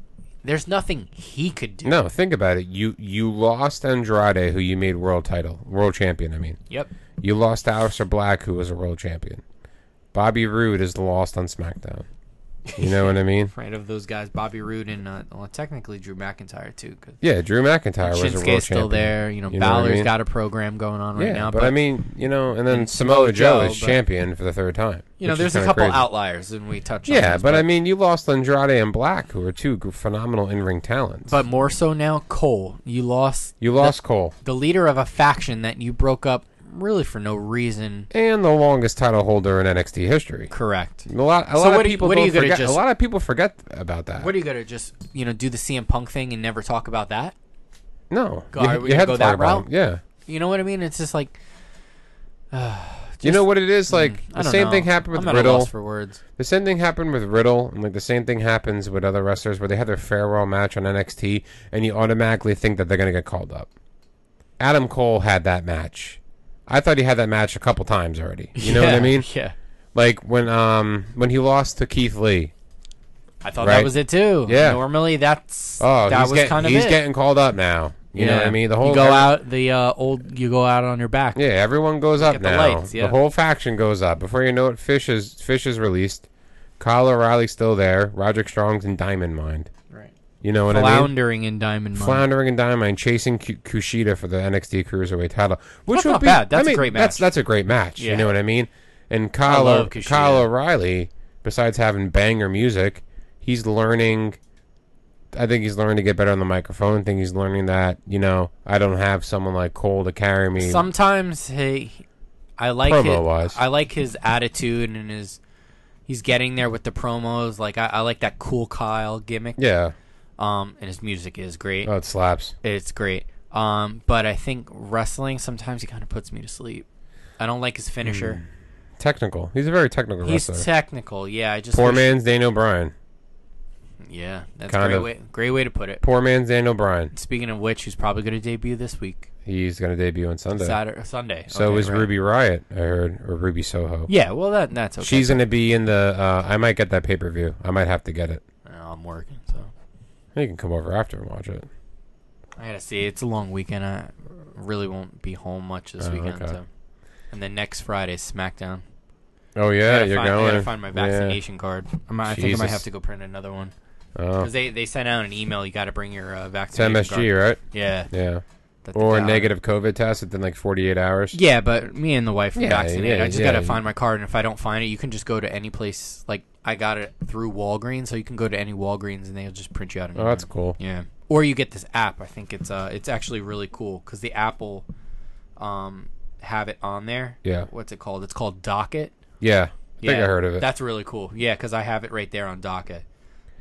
Speaker 5: There's nothing he could do.
Speaker 4: no, think about it. You you lost Andrade, who you made world title, world champion. I mean,
Speaker 5: Yep.
Speaker 4: you lost to Aleister Black, who was a world champion. Bobby Roode is lost on SmackDown. You know what I mean?
Speaker 5: Right of those guys, Bobby Roode and uh, well, technically Drew McIntyre too. Cause
Speaker 4: Yeah, Drew McIntyre was a world
Speaker 5: Shinsuke's
Speaker 4: champion.
Speaker 5: still there. You know,
Speaker 4: You know what I
Speaker 5: Balor's
Speaker 4: mean?
Speaker 5: got a program going on right
Speaker 4: yeah,
Speaker 5: now.
Speaker 4: but, I mean, you know, and then Samoa Joe,
Speaker 5: Joe,
Speaker 4: is
Speaker 5: but-
Speaker 4: champion for the third time.
Speaker 5: you know,
Speaker 4: which is
Speaker 5: there's a
Speaker 4: kinda
Speaker 5: couple
Speaker 4: crazy.
Speaker 5: outliers, and we touched. on
Speaker 4: Yeah,
Speaker 5: those,
Speaker 4: but, I mean, you lost Andrade and Black, who are two g- phenomenal in-ring talents.
Speaker 5: but more so now, Cole. You lost
Speaker 4: you lost Cole
Speaker 5: the leader of a faction that you broke up really for no reason.
Speaker 4: and the longest title holder in NXT history.
Speaker 5: Correct.
Speaker 4: A lot, a
Speaker 5: So
Speaker 4: lot of
Speaker 5: what are you-
Speaker 4: people
Speaker 5: what are
Speaker 4: don't
Speaker 5: you gonna
Speaker 4: forget.
Speaker 5: just-
Speaker 4: a lot of people forget about that.
Speaker 5: What are you gonna just you know do the CM Punk thing and never talk about that?
Speaker 4: no,
Speaker 5: Go-
Speaker 4: you,
Speaker 5: are we
Speaker 4: you
Speaker 5: gonna
Speaker 4: had
Speaker 5: go
Speaker 4: to talk
Speaker 5: that
Speaker 4: about
Speaker 5: route?
Speaker 4: it. Yeah,
Speaker 5: You know what I mean? It's just like hmm,
Speaker 4: you know what it is like.
Speaker 5: Mm, I
Speaker 4: the
Speaker 5: don't
Speaker 4: same
Speaker 5: know.
Speaker 4: thing happened
Speaker 5: I'm
Speaker 4: with
Speaker 5: at a
Speaker 4: Riddle.
Speaker 5: loss for words.
Speaker 4: The same thing happened with Riddle, and like the same thing happens with other wrestlers where they have their farewell match on NXT, and you automatically think that they're gonna get called up. Adam Cole had that match. I thought he had that match a couple times already. You know what I
Speaker 5: Yeah,
Speaker 4: mean?
Speaker 5: Yeah.
Speaker 4: Like when um when he lost to Keith Lee.
Speaker 5: I thought
Speaker 4: Right.
Speaker 5: that was it too.
Speaker 4: Yeah.
Speaker 5: Normally that's
Speaker 4: Oh,
Speaker 5: that
Speaker 4: he's,
Speaker 5: was
Speaker 4: getting,
Speaker 5: kind of
Speaker 4: he's
Speaker 5: it.
Speaker 4: getting called up now. You know what I mean? The whole
Speaker 5: you go
Speaker 4: every-
Speaker 5: out the uh, old you go out on your back.
Speaker 4: Yeah, everyone goes up
Speaker 5: at the
Speaker 4: now.
Speaker 5: lights, yeah.
Speaker 4: whole faction goes up. Before you know it, Fish is Fish is released. Kyle O'Reilly's still there. Roderick Strong's in Diamond Mind.
Speaker 5: Right.
Speaker 4: You know what I mean?
Speaker 5: Floundering in Diamond Mine.
Speaker 4: floundering and dynamite chasing Ku- Kushida for the NXT Cruiserweight title, which
Speaker 5: That's
Speaker 4: would
Speaker 5: not
Speaker 4: be
Speaker 5: bad. That's
Speaker 4: I
Speaker 5: a
Speaker 4: mean,
Speaker 5: great
Speaker 4: That's
Speaker 5: match.
Speaker 4: that's a great match. You
Speaker 5: Yeah.
Speaker 4: know what I mean? And Kyle,
Speaker 5: love Kushida.
Speaker 4: Kyle O'Reilly, besides having banger music, he's learning. I think he's learning to get better on the microphone. I think he's learning that you know I don't have someone like Cole to carry me.
Speaker 5: Sometimes he, I like
Speaker 4: Promo-wise.
Speaker 5: his, I like his attitude and his. He's getting there with the promos. Like I, I like that cool Kyle gimmick.
Speaker 4: yeah,
Speaker 5: Um, and his music is great.
Speaker 4: oh, it slaps.
Speaker 5: It's great. Um, but I think wrestling sometimes he kind of puts me to sleep. I don't like his finisher.
Speaker 4: Hmm, Technical. He's a very technical
Speaker 5: He's
Speaker 4: wrestler.
Speaker 5: technical. Yeah, I just
Speaker 4: Poor
Speaker 5: wish-
Speaker 4: man's Daniel Bryan.
Speaker 5: Yeah, that's a
Speaker 4: Kind
Speaker 5: great
Speaker 4: of.
Speaker 5: way. Great way to put it.
Speaker 4: Poor man's Daniel Bryan.
Speaker 5: Speaking of which, who's probably going to debut this week,
Speaker 4: He's gonna debut on Sunday.
Speaker 5: Saturday, Sunday.
Speaker 4: So
Speaker 5: Okay,
Speaker 4: is
Speaker 5: right.
Speaker 4: Ruby Riot, I heard, or Ruby Soho.
Speaker 5: Yeah, well that that's okay.
Speaker 4: She's gonna be in the. Uh, I might get that pay per view. I might have to get it.
Speaker 5: Uh, I'm working, so
Speaker 4: You can come over after and watch it.
Speaker 5: I gotta see. It's a long weekend. I really won't be home much this
Speaker 4: Oh,
Speaker 5: weekend.
Speaker 4: okay.
Speaker 5: So. And then next Friday, SmackDown.
Speaker 4: Oh
Speaker 5: I
Speaker 4: yeah,
Speaker 5: gotta
Speaker 4: you're
Speaker 5: find,
Speaker 4: going.
Speaker 5: I gotta find my
Speaker 4: Yeah.
Speaker 5: vaccination card. I, might, I think I might
Speaker 4: Jesus.
Speaker 5: have to go print another one
Speaker 4: Oh.
Speaker 5: because they, they sent out an email. You got to bring your uh,
Speaker 4: It's
Speaker 5: vaccination
Speaker 4: MSG,
Speaker 5: card.
Speaker 4: right?
Speaker 5: Yeah.
Speaker 4: Yeah.
Speaker 5: that the
Speaker 4: Or a
Speaker 5: guy-
Speaker 4: negative COVID test within like 48 hours.
Speaker 5: Yeah, but me and the wife are
Speaker 4: Yeah,
Speaker 5: vaccinated.
Speaker 4: yeah,
Speaker 5: I just
Speaker 4: yeah.
Speaker 5: gotta find my card, and if I don't find it, you can just go to any place. Like I got it through Walgreens, so you can go to any Walgreens, and they'll just print you out. An
Speaker 4: Oh, that's cool.
Speaker 5: Yeah, or you get this app. I think it's uh, it's actually really cool because the Apple, um, have it on there.
Speaker 4: Yeah.
Speaker 5: what's it called? It's called Docket.
Speaker 4: Yeah. I
Speaker 5: yeah,
Speaker 4: think I heard of it.
Speaker 5: That's really cool. Yeah, because I have it right there on Docket.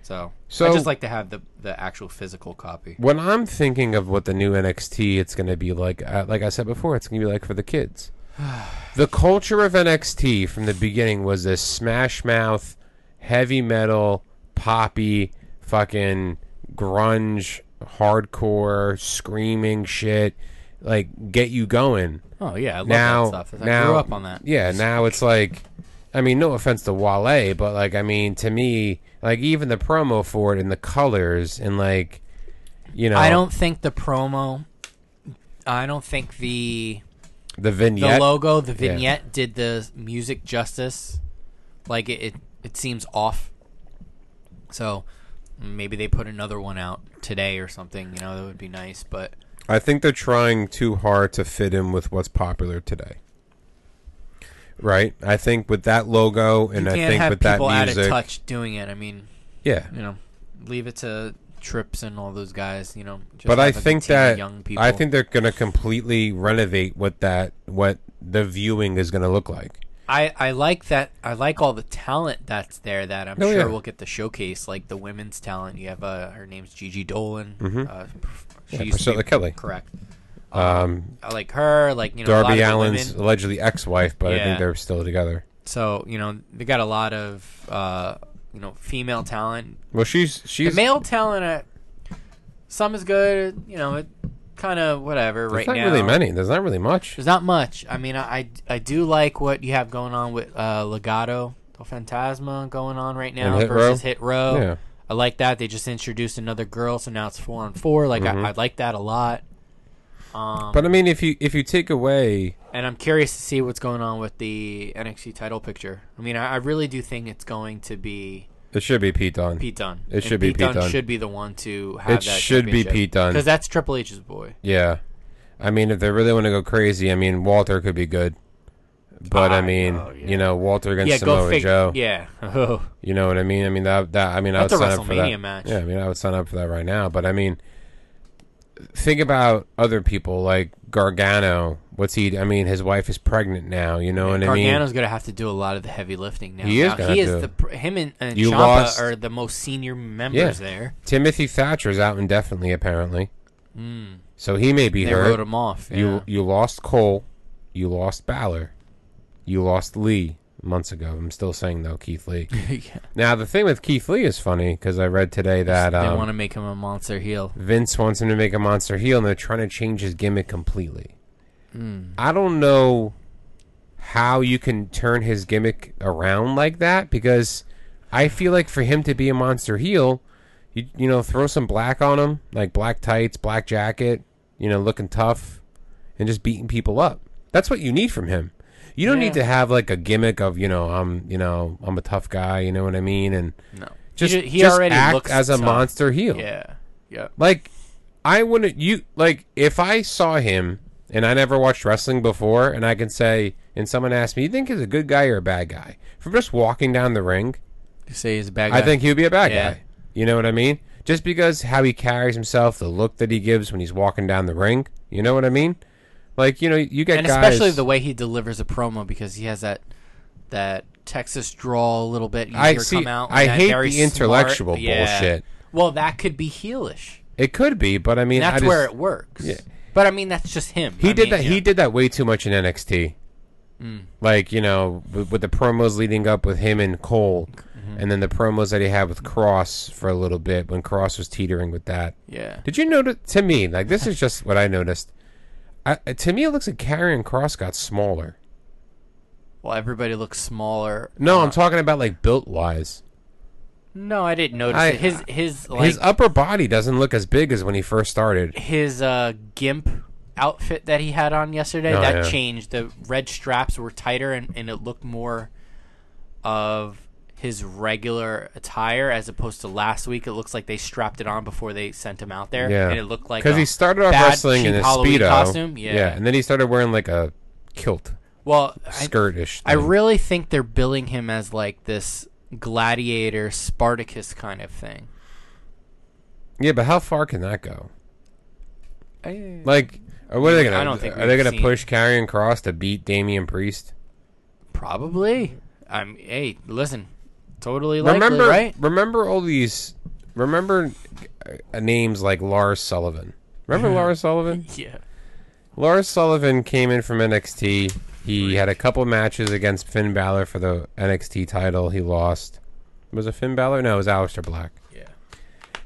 Speaker 5: So,
Speaker 4: So-
Speaker 5: I just like to have the the actual physical copy.
Speaker 4: when I'm thinking of what the new NXT, it's going to be like. Uh, like I said before, it's going to be like for the kids. the culture of NXT from the beginning was this smash mouth, heavy metal, poppy, fucking grunge, hardcore, screaming shit. Like get you going
Speaker 5: Oh yeah, I love
Speaker 4: now,
Speaker 5: that stuff. I
Speaker 4: now,
Speaker 5: grew up on that.
Speaker 4: Yeah, now it's like, I mean, no offense to Wale, but like, I mean, to me, like even the promo for it and the colors and like, you know,
Speaker 5: I don't think the promo. I don't think the
Speaker 4: the
Speaker 5: the
Speaker 4: vignette.
Speaker 5: logo, the vignette, did the music justice. Like it, it, it seems off. So maybe they put another one out today or something. You know that would be nice, but
Speaker 4: I think they're trying too hard to fit in with what's popular today. Right, I think with that logo and
Speaker 5: you
Speaker 4: I
Speaker 5: can't
Speaker 4: think
Speaker 5: have
Speaker 4: with that
Speaker 5: people
Speaker 4: music,
Speaker 5: out of touch doing it. I mean,
Speaker 4: yeah.
Speaker 5: you know, leave it to Trips and all those guys. You know, just
Speaker 4: But I
Speaker 5: have a good
Speaker 4: think
Speaker 5: team of
Speaker 4: that
Speaker 5: young people.
Speaker 4: I think they're going to completely renovate what that what the viewing is going to look like.
Speaker 5: I, I like that. I like all the talent that's there. That I'm
Speaker 4: Oh,
Speaker 5: sure
Speaker 4: yeah.
Speaker 5: we'll get to showcase, like the women's talent. You have uh, her name's Gigi Dolan. Uh, she used to
Speaker 4: Mm-hmm. Priscilla
Speaker 5: be-
Speaker 4: Kelly.
Speaker 5: Correct.
Speaker 4: Um,
Speaker 5: I like her. Like you know, a lot of
Speaker 4: Darby
Speaker 5: the
Speaker 4: Allen's
Speaker 5: women.
Speaker 4: allegedly ex-wife, but I
Speaker 5: Yeah.
Speaker 4: think they're still together.
Speaker 5: So you know, they got a lot of uh, you know female talent.
Speaker 4: Well, she's
Speaker 5: The
Speaker 4: she's
Speaker 5: male talent, uh, some is good. You know, it kind of whatever
Speaker 4: there's
Speaker 5: right
Speaker 4: not
Speaker 5: now.
Speaker 4: really many. There's not really much.
Speaker 5: There's not much. I mean, I, I, I do like what you have going on with uh, Legato del Fantasma going on right now
Speaker 4: And Hit
Speaker 5: versus
Speaker 4: Row?
Speaker 5: Hit Row.
Speaker 4: Yeah.
Speaker 5: I like that. They just introduced another girl, so now it's four on four. Like
Speaker 4: Mm-hmm.
Speaker 5: I, I like that a lot. Um,
Speaker 4: But I mean, if you if you take away,
Speaker 5: and I'm curious to see what's going on with the NXT title picture. I mean, I, I really do think it's going to be
Speaker 4: it should be Pete Dunne.
Speaker 5: Pete Dunne.
Speaker 4: It should be Pete Dunne.
Speaker 5: Should be the one to have
Speaker 4: It
Speaker 5: that.
Speaker 4: should be Pete Dunne.
Speaker 5: because that's Triple H's boy.
Speaker 4: Yeah, I mean, if they really want to go crazy, I mean, Walter could be good. But I mean, you know, Walter against
Speaker 5: Yeah, go
Speaker 4: Samoa
Speaker 5: figure.
Speaker 4: Joe.
Speaker 5: Yeah. Oh.
Speaker 4: You know what I mean? I mean that that I mean
Speaker 5: That's
Speaker 4: I would
Speaker 5: a
Speaker 4: sign up for that.
Speaker 5: WrestleMania match.
Speaker 4: Yeah, I mean I would sign up for that right now. But I mean, think about other people like Gargano. What's he? I mean, his wife is pregnant now. You know what
Speaker 5: Gargano's going to have to do a lot of the heavy lifting now.
Speaker 4: He is
Speaker 5: Now,
Speaker 4: gonna
Speaker 5: he
Speaker 4: do.
Speaker 5: is the pr- him and, and
Speaker 4: You
Speaker 5: Ciampa
Speaker 4: lost-
Speaker 5: are the most senior members
Speaker 4: Yeah.
Speaker 5: there.
Speaker 4: I mean? Timothy Thatcher's out indefinitely apparently, so he may be
Speaker 5: Hmm. They
Speaker 4: hurt.
Speaker 5: wrote him off.
Speaker 4: you
Speaker 5: yeah.
Speaker 4: you lost Cole, you lost Balor, you lost Lee months ago. I'm still saying though Keith Lee.
Speaker 5: Yeah.
Speaker 4: now the thing with Keith Lee is funny because I read today that
Speaker 5: they
Speaker 4: um,
Speaker 5: want to make him a monster heel.
Speaker 4: Vince wants him to make a monster heel, and they're trying to change his gimmick completely.
Speaker 5: Hmm.
Speaker 4: I don't know how you can turn his gimmick around like that because I feel like for him to be a monster heel, you you know throw some black on him, like black tights, black jacket, you know, looking tough, and just beating people up. That's what you need from him. You don't
Speaker 5: Yeah.
Speaker 4: need to have like a gimmick of you know I'm you know I'm a tough guy, you know what I mean, and
Speaker 5: No,
Speaker 4: just
Speaker 5: ju- he
Speaker 4: just
Speaker 5: already
Speaker 4: act
Speaker 5: looks
Speaker 4: as a
Speaker 5: tough.
Speaker 4: monster heel.
Speaker 5: Yeah, yeah.
Speaker 4: Like, I wouldn't. You like if I saw him and I never watched wrestling before, and I can say, and someone asked me, "You think he's a good guy or a bad guy?" From just walking down the ring,
Speaker 5: You say he's a bad guy.
Speaker 4: I think he would be a bad
Speaker 5: Yeah.
Speaker 4: guy. You know what I mean? Just because how he carries himself, the look that he gives when he's walking down the ring. You know what I mean? Like you know, you get
Speaker 5: and
Speaker 4: guys,
Speaker 5: especially the way he delivers a promo because he has that that Texas drawl a little bit. You
Speaker 4: I
Speaker 5: hear
Speaker 4: see-
Speaker 5: come out. with
Speaker 4: I
Speaker 5: that
Speaker 4: hate
Speaker 5: very
Speaker 4: the
Speaker 5: smart-
Speaker 4: intellectual
Speaker 5: yeah.
Speaker 4: bullshit.
Speaker 5: Well, that could be heelish.
Speaker 4: it could be, but I mean,
Speaker 5: That's
Speaker 4: I just,
Speaker 5: where it works.
Speaker 4: Yeah.
Speaker 5: But I mean, that's just him.
Speaker 4: He
Speaker 5: I
Speaker 4: did
Speaker 5: mean, Mm.
Speaker 4: that.
Speaker 5: you
Speaker 4: He
Speaker 5: know.
Speaker 4: did that way too much in NXT. Like you know, with, with the promos leading up with him and Cole,
Speaker 5: Mm-hmm.
Speaker 4: and then the promos that he had with Cross for a little bit when Cross was teetering with that.
Speaker 5: Yeah.
Speaker 4: Did you notice? To me, like this is just what I noticed. I, to me, it looks like Karrion Cross got smaller.
Speaker 5: Well, everybody looks smaller.
Speaker 4: No, I'm talking about like built wise.
Speaker 5: No, I didn't notice
Speaker 4: I-
Speaker 5: it. His his like
Speaker 4: His
Speaker 5: his,
Speaker 4: upper body doesn't look as big as when he first started.
Speaker 5: uh gimp outfit that he had on yesterday
Speaker 4: Oh,
Speaker 5: that
Speaker 4: yeah.
Speaker 5: changed. The red straps were tighter and, and it looked more of his regular attire as opposed to last week. It looks like they strapped it on before they sent him out there.
Speaker 4: Yeah,
Speaker 5: and it looked like
Speaker 4: because
Speaker 5: a
Speaker 4: he started off
Speaker 5: bad,
Speaker 4: wrestling in
Speaker 5: cheap
Speaker 4: a
Speaker 5: Halloween
Speaker 4: speedo
Speaker 5: costume. Yeah,
Speaker 4: and then he started wearing like a kilt,
Speaker 5: well, I,
Speaker 4: skirtish.
Speaker 5: I
Speaker 4: thing.
Speaker 5: really think they're billing him as like this gladiator Spartacus kind of thing.
Speaker 4: Yeah, but how far can that go? Like, or what are they gonna?
Speaker 5: I don't think
Speaker 4: are they
Speaker 5: we've
Speaker 4: gonna
Speaker 5: seen-
Speaker 4: push Karrion Cross to beat Damian Priest?
Speaker 5: Probably. I'm. Hey, listen. Totally likely,
Speaker 4: remember,
Speaker 5: right?
Speaker 4: remember all these. Remember uh, names like Lars Sullivan. Remember
Speaker 5: Mm-hmm.
Speaker 4: Lars Sullivan?
Speaker 5: Yeah.
Speaker 4: Lars Sullivan came in from NXT. He had a couple matches against Finn Balor for the NXT title. He lost. Was it Finn Balor? No, it was Aleister Black.
Speaker 5: Yeah.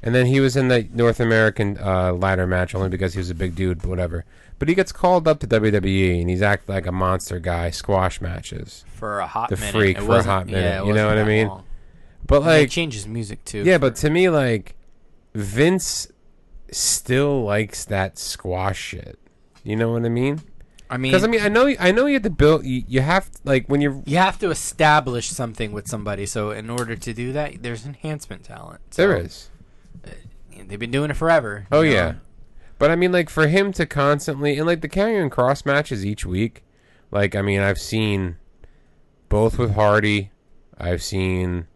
Speaker 4: And then he was in the North American uh, ladder match only because he was a big dude, but whatever. But he gets called up to WWE and he's acting like a monster guy, squash matches.
Speaker 5: For a hot
Speaker 4: The
Speaker 5: minute.
Speaker 4: freak
Speaker 5: It
Speaker 4: for a
Speaker 5: wasn't-
Speaker 4: hot minute,
Speaker 5: yeah, it
Speaker 4: you
Speaker 5: wasn't
Speaker 4: know what I
Speaker 5: that
Speaker 4: mean?
Speaker 5: long.
Speaker 4: But
Speaker 5: And they
Speaker 4: like,
Speaker 5: change his music too.
Speaker 4: yeah, but to me, like, Vince still likes that squash shit. You know what I mean?
Speaker 5: I mean,
Speaker 4: Because I mean, I know, I know you have to build. You, you have like when you're
Speaker 5: you have to establish something with somebody. So in order to do that, there's enhancement talent. So
Speaker 4: there is.
Speaker 5: They've been doing it forever.
Speaker 4: Oh
Speaker 5: you know?
Speaker 4: yeah, but I mean, like for him to constantly and like the carrying cross matches each week. Like I mean, I've seen both with Hardy. I've seen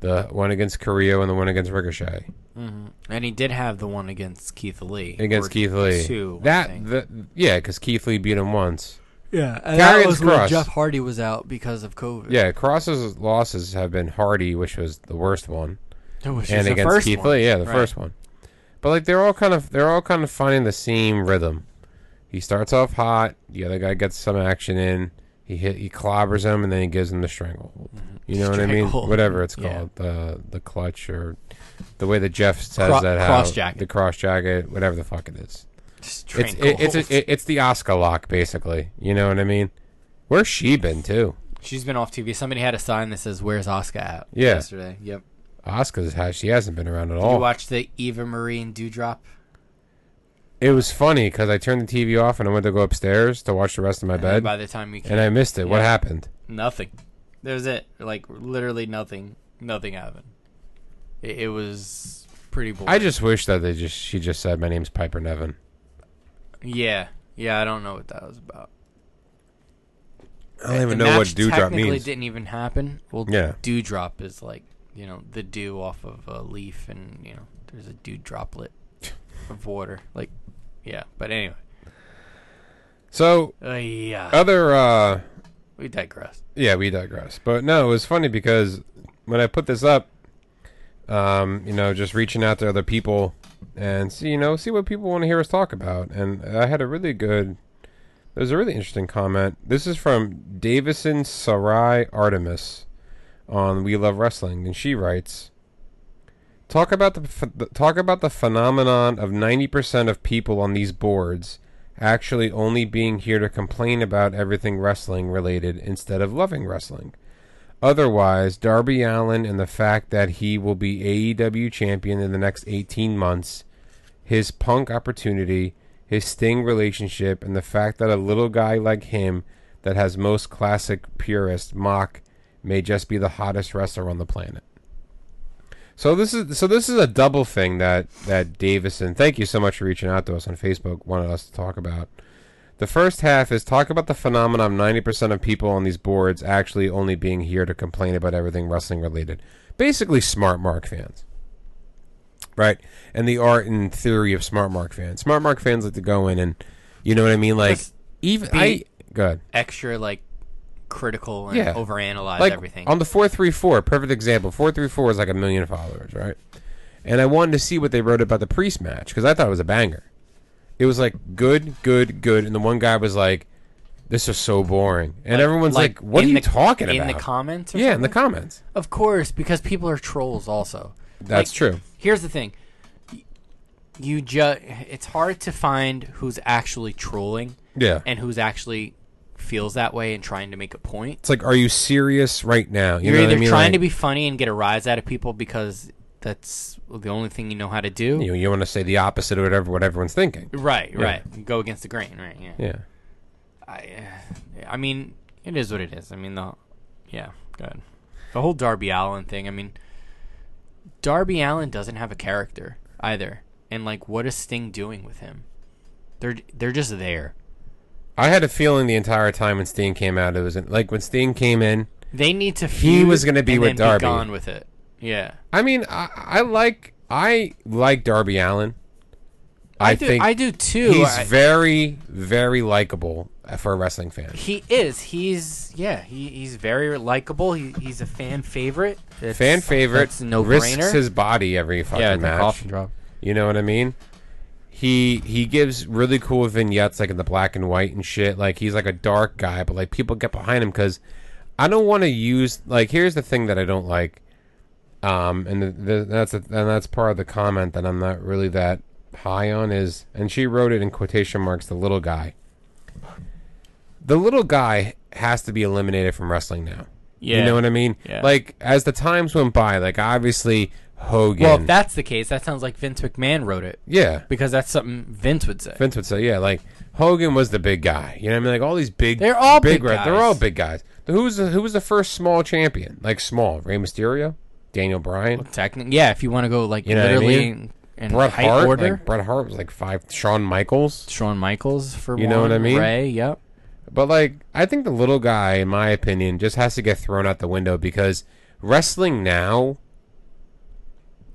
Speaker 4: the one against Carrillo and the one against Ricochet
Speaker 5: And he did have the one against Keith Lee.
Speaker 4: against
Speaker 5: Or
Speaker 4: Keith Lee.
Speaker 5: Two. I
Speaker 4: that
Speaker 5: think.
Speaker 4: the, yeah, because Keith Lee beat him once.
Speaker 5: Yeah, and
Speaker 4: Karrion
Speaker 5: that was when
Speaker 4: Kross.
Speaker 5: Jeff Hardy was out because of COVID.
Speaker 4: Yeah, Cross's losses have been Hardy, which was the worst one,
Speaker 5: which
Speaker 4: and
Speaker 5: was the
Speaker 4: against
Speaker 5: first
Speaker 4: Keith
Speaker 5: one.
Speaker 4: Lee, yeah, the
Speaker 5: Right.
Speaker 4: first one. But like they're all kind of they're all kind of finding the same rhythm. He starts off hot, the other guy gets some action in, he hit he clobbers him, and then he gives him the stranglehold. You know what I mean?
Speaker 5: Mm-hmm. Stranglehold.
Speaker 4: Whatever it's
Speaker 5: Yeah.
Speaker 4: called, the the clutch or the way that Jeff says
Speaker 5: Cro-
Speaker 4: that how-
Speaker 5: cross jacket.
Speaker 4: the cross jacket, whatever the fuck it is. It's it,
Speaker 5: Stranglehold.
Speaker 4: it's a, it, it's the Oscar lock basically. You know what I mean? Where's she been too?
Speaker 5: She's been off TV. Somebody had a sign that says "Where's Oscar at?"
Speaker 4: Yeah. Oh.
Speaker 5: Yesterday. Yep.
Speaker 4: Oscar's has she hasn't been around at
Speaker 5: You
Speaker 4: all.
Speaker 5: watched the Eva Marie and Dewdrop.
Speaker 4: It was funny because I turned the TV off and I went to go upstairs to watch the rest of my
Speaker 5: And
Speaker 4: bed,
Speaker 5: by the time we came,
Speaker 4: and I missed it. What
Speaker 5: Yeah.
Speaker 4: happened?
Speaker 5: nothing. That was it. Like literally nothing. Nothing happened. It, it was pretty boring.
Speaker 4: I just wish that they just she just said my name's Piper Nevin.
Speaker 5: yeah yeah. I don't know what that was about.
Speaker 4: I don't even
Speaker 5: the
Speaker 4: know
Speaker 5: match
Speaker 4: what dewdrop
Speaker 5: technically
Speaker 4: means.
Speaker 5: didn't even happen. Well,
Speaker 4: Yeah.
Speaker 5: dewdrop is like you know the dew off of a leaf, and you know there's a dew droplet of water. Like, yeah. But anyway,
Speaker 4: So
Speaker 5: uh, yeah.
Speaker 4: other uh
Speaker 5: we digress.
Speaker 4: yeah, we digress. But no, it was funny because when I put this up, um, you know, just reaching out to other people and see, you know, see what people want to hear us talk about. And I had a really good, there was a really interesting comment. This is from Davison Sarai Artemis on We Love Wrestling, and she writes. Talk about the ph- the- talk about the phenomenon of 90% of people on these boards actually only being here to complain about everything wrestling related instead of loving wrestling. Otherwise, Darby Allen and the fact that he will be AEW champion in the next 18 months, his punk opportunity, his Sting relationship, and the fact that a little guy like him that has most classic purists mock may just be the hottest wrestler on the planet. So this is so this is a double thing that that Davison. Thank you so much for reaching out to us on Facebook. Wanted us to talk about. The first half is talk about the phenomenon of ninety percent of people on these boards actually only being here to complain about everything wrestling related. Basically, smart mark fans, right? And the art and theory of smart mark fans. Smart mark fans like to go in and, you know what I mean, like
Speaker 5: Just
Speaker 4: even
Speaker 5: be-
Speaker 4: I good
Speaker 5: Extra like critical and
Speaker 4: Yeah.
Speaker 5: overanalyze
Speaker 4: like
Speaker 5: everything.
Speaker 4: on the 434 perfect example 434 is like a million followers right and i wanted to see what they wrote about the priest match because i thought it was a banger it was like good good good and the one guy was like this is so boring and everyone's like, what are
Speaker 5: in
Speaker 4: you
Speaker 5: the-
Speaker 4: talking about
Speaker 5: in the comments? Or
Speaker 4: yeah in the
Speaker 5: something?
Speaker 4: comments
Speaker 5: Of course, because people are trolls. Also,
Speaker 4: That's true.
Speaker 5: Here's the thing: you just—it's hard to find who's actually trolling
Speaker 4: yeah
Speaker 5: and who's actually feels that way and trying to make a point.
Speaker 4: it's like are you serious right now you
Speaker 5: You're
Speaker 4: know
Speaker 5: either
Speaker 4: what I mean?
Speaker 5: trying
Speaker 4: Like,
Speaker 5: to be funny and get a rise out of people because that's the only thing you know how to do.
Speaker 4: you, you want to say the opposite of whatever what everyone's thinking
Speaker 5: Right,
Speaker 4: Yeah.
Speaker 5: right. You go against the grain, right? Yeah.
Speaker 4: yeah
Speaker 5: I, I mean, it is what it is. I mean, the, yeah, good. The whole Darby Allen thing. I mean, Darby Allen doesn't have a character either, and like, what is Sting doing with him? They're they're just there.
Speaker 4: i had a feeling the entire time when steen came out it was like when steen came in
Speaker 5: They need to. feud
Speaker 4: was gonna be
Speaker 5: and
Speaker 4: with
Speaker 5: then
Speaker 4: Darby.
Speaker 5: Be gone with it. Yeah,
Speaker 4: I mean, I, I like I like Darby Allen. I,
Speaker 5: do.
Speaker 4: think
Speaker 5: I do too.
Speaker 4: he's
Speaker 5: I-
Speaker 4: very, very likable for a wrestling fan.
Speaker 5: he is. He's yeah. He, he's very likable. He, he's a fan favorite. It's-
Speaker 4: Fan favorite
Speaker 5: That's no
Speaker 4: risks
Speaker 5: brainer.
Speaker 4: his body every fucking
Speaker 5: yeah, the
Speaker 4: match.
Speaker 5: coffin drop.
Speaker 4: You know what I mean? He he gives really cool vignettes like in the black and white and shit. Like he's like a dark guy, but like people get behind him because I don't want to use like here's the thing that I don't like. Um, and the, the, that's a, and that's part of the comment that I'm not really that high on is, and she wrote it in quotation marks, the little guy. The little guy has to be eliminated from wrestling now.
Speaker 5: Yeah.
Speaker 4: You know what I mean?
Speaker 5: Yeah.
Speaker 4: Like as the times went by, like obviously Hogan.
Speaker 5: Well, if that's the case, that sounds like Vince McMahon wrote it.
Speaker 4: yeah.
Speaker 5: because that's something Vince would say.
Speaker 4: Vince would say, yeah, like Hogan was the big guy. You know what I mean? Like all these big,
Speaker 5: They're all big
Speaker 4: re-
Speaker 5: guys.
Speaker 4: They're all big guys. Who was the, who was the first small champion? Like small, Rey Mysterio, Daniel Bryan,
Speaker 5: Technic- yeah, if you want to go like
Speaker 4: You know what I
Speaker 5: literally
Speaker 4: mean?
Speaker 5: in, in
Speaker 4: Bret
Speaker 5: height
Speaker 4: Hart.
Speaker 5: order,
Speaker 4: Like Bret Hart was like five. Shawn Michaels,
Speaker 5: Shawn Michaels for
Speaker 4: You
Speaker 5: one,
Speaker 4: know what I mean?
Speaker 5: Ray, yep.
Speaker 4: but like I think the little guy, in my opinion, just has to get thrown out the window because wrestling now.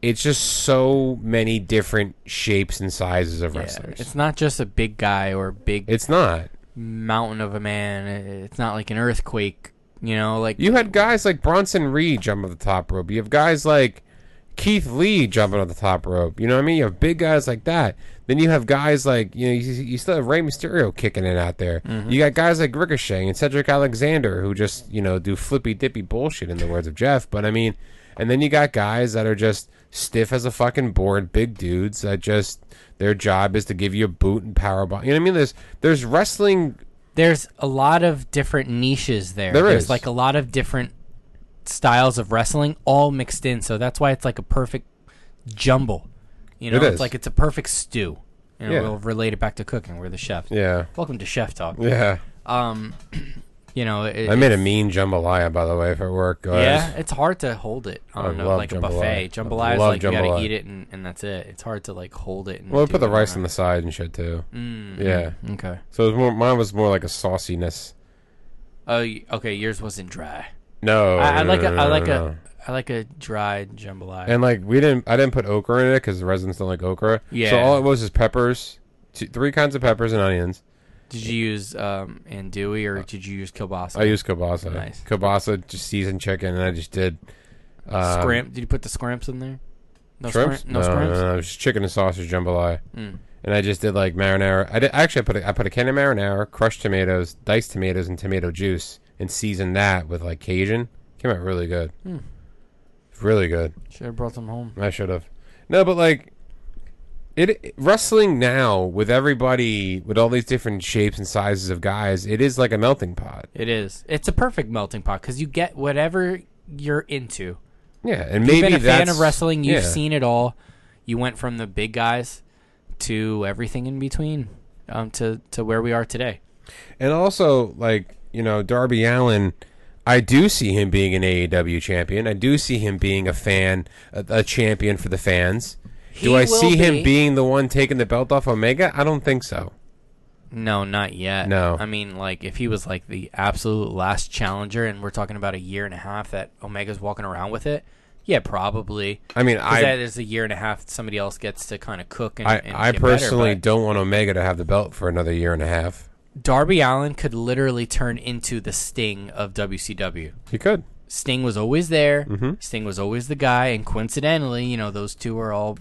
Speaker 4: It's just so many different shapes and sizes of
Speaker 5: Yeah,
Speaker 4: wrestlers.
Speaker 5: It's not just a big guy or big
Speaker 4: it's not.
Speaker 5: mountain of a man. It- It's not like an earthquake, you know. Like
Speaker 4: You had guys like Bronson Reed jumping off the top rope. You have guys like Keith Lee jumping off the top rope. You know what I mean? You have big guys like that. Then you have guys like you know you, you still have Rey Mysterio kicking it out there. You got guys like Ricochet and Cedric Alexander who just you know do flippy dippy bullshit in the words of Jeff. But I mean, and then you got guys that are just stiff as a fucking board, big dudes that just their job is to give you a boot and power bomb. You know what I mean? There's there's wrestling
Speaker 5: there's a lot of different niches there.
Speaker 4: There
Speaker 5: there's
Speaker 4: is.
Speaker 5: like a lot of different styles of wrestling all mixed in. So that's why it's like a perfect jumble. You know,
Speaker 4: It
Speaker 5: it's
Speaker 4: is.
Speaker 5: like it's a perfect stew. You know,
Speaker 4: Yeah.
Speaker 5: we'll relate it back to cooking. We're the chef.
Speaker 4: yeah
Speaker 5: Welcome to Chef Talk.
Speaker 4: yeah.
Speaker 5: Um, you know, it,
Speaker 4: I made a mean jambalaya, by the way, for work. Guys.
Speaker 5: Yeah, it's hard to hold it on
Speaker 4: I
Speaker 5: a,
Speaker 4: love
Speaker 5: like a
Speaker 4: jambalaya.
Speaker 5: buffet.
Speaker 4: I
Speaker 5: Jambalaya
Speaker 4: love
Speaker 5: is like you
Speaker 4: jambalaya.
Speaker 5: gotta eat it and, and that's it. It's hard to like hold it. And
Speaker 4: Well, we
Speaker 5: do
Speaker 4: put the
Speaker 5: it
Speaker 4: rice
Speaker 5: around.
Speaker 4: on the side and shit too.
Speaker 5: Mm,
Speaker 4: Yeah.
Speaker 5: mm, Okay.
Speaker 4: So it was more, mine was more like a sauciness.
Speaker 5: Oh, y- okay. Yours wasn't dry.
Speaker 4: No,
Speaker 5: I, I
Speaker 4: no,
Speaker 5: like a
Speaker 4: Oh, no, no,
Speaker 5: I like
Speaker 4: no,
Speaker 5: a
Speaker 4: no.
Speaker 5: I like a dried jambalaya.
Speaker 4: and like we didn't. I didn't put okra in it because the residents don't like okra. So
Speaker 5: Yeah.
Speaker 4: all it was is peppers, two, three kinds of peppers and onions.
Speaker 5: did you use um andouille or did you use kielbasa?
Speaker 4: I used kielbasa.
Speaker 5: Nice.
Speaker 4: Kielbasa, just seasoned chicken, and I just did. Um,
Speaker 5: scrimp. Did you put the scrimps in there? No
Speaker 4: Shrimps?
Speaker 5: scrimp. No,
Speaker 4: no,
Speaker 5: scrimps.
Speaker 4: no, no, it was just chicken and sausage jambalaya.
Speaker 5: Mm.
Speaker 4: And I just did like marinara. I did actually I put a, I put a can of marinara, crushed tomatoes, diced tomatoes, and tomato juice, and seasoned that with like Cajun. Came out really good.
Speaker 5: Mm.
Speaker 4: Really good.
Speaker 5: Should have brought some home.
Speaker 4: I should have. No, but like it wrestling now with everybody with all these different shapes and sizes of guys, it is like a melting pot.
Speaker 5: It is. It's a perfect melting pot because you get whatever you're into.
Speaker 4: Yeah, and
Speaker 5: You've
Speaker 4: maybe
Speaker 5: been a
Speaker 4: that's
Speaker 5: fan of wrestling. You've
Speaker 4: yeah.
Speaker 5: seen it all. You went from the big guys to everything in between, um, to to where we are today.
Speaker 4: And also, like, you know, Darby Allen, I do see him being an AEW champion. I do see him being a fan, a, a champion for the fans. do
Speaker 5: He
Speaker 4: I
Speaker 5: will
Speaker 4: see him
Speaker 5: be.
Speaker 4: being the one taking the belt off Omega? I don't think so.
Speaker 5: No, not yet.
Speaker 4: No.
Speaker 5: I mean, like, if he was like the absolute last challenger, and we're talking about a year and a half that Omega's walking around with it, yeah, probably.
Speaker 4: I mean,
Speaker 5: 'Cause that
Speaker 4: I
Speaker 5: is a year and a half somebody else gets to kind of cook and,
Speaker 4: I,
Speaker 5: and
Speaker 4: I
Speaker 5: get better,
Speaker 4: personally
Speaker 5: but
Speaker 4: don't want Omega to have the belt for another year and a half.
Speaker 5: Darby Allen could literally turn into the Sting of WCW.
Speaker 4: He could.
Speaker 5: Sting was always there.
Speaker 4: Mm-hmm.
Speaker 5: Sting was always the guy, and coincidentally, you know, those two are all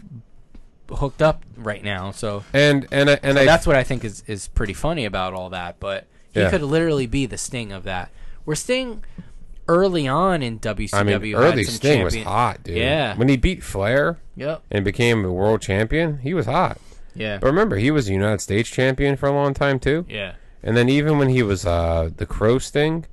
Speaker 5: hooked up right now. So
Speaker 4: And and I, and I
Speaker 5: that's what I think is is pretty funny about all that. But he
Speaker 4: Yeah.
Speaker 5: could literally be the Sting of that. We're Sting early on in WCW.
Speaker 4: I mean,
Speaker 5: E had
Speaker 4: early
Speaker 5: some
Speaker 4: Sting was
Speaker 5: champion-
Speaker 4: hot, dude.
Speaker 5: Yeah.
Speaker 4: When he beat Flair
Speaker 5: Yep.
Speaker 4: and became a world champion, he was hot.
Speaker 5: Yeah.
Speaker 4: But remember, he was a United States champion for a long time too.
Speaker 5: yeah.
Speaker 4: And then even when he was uh, the Crow Sting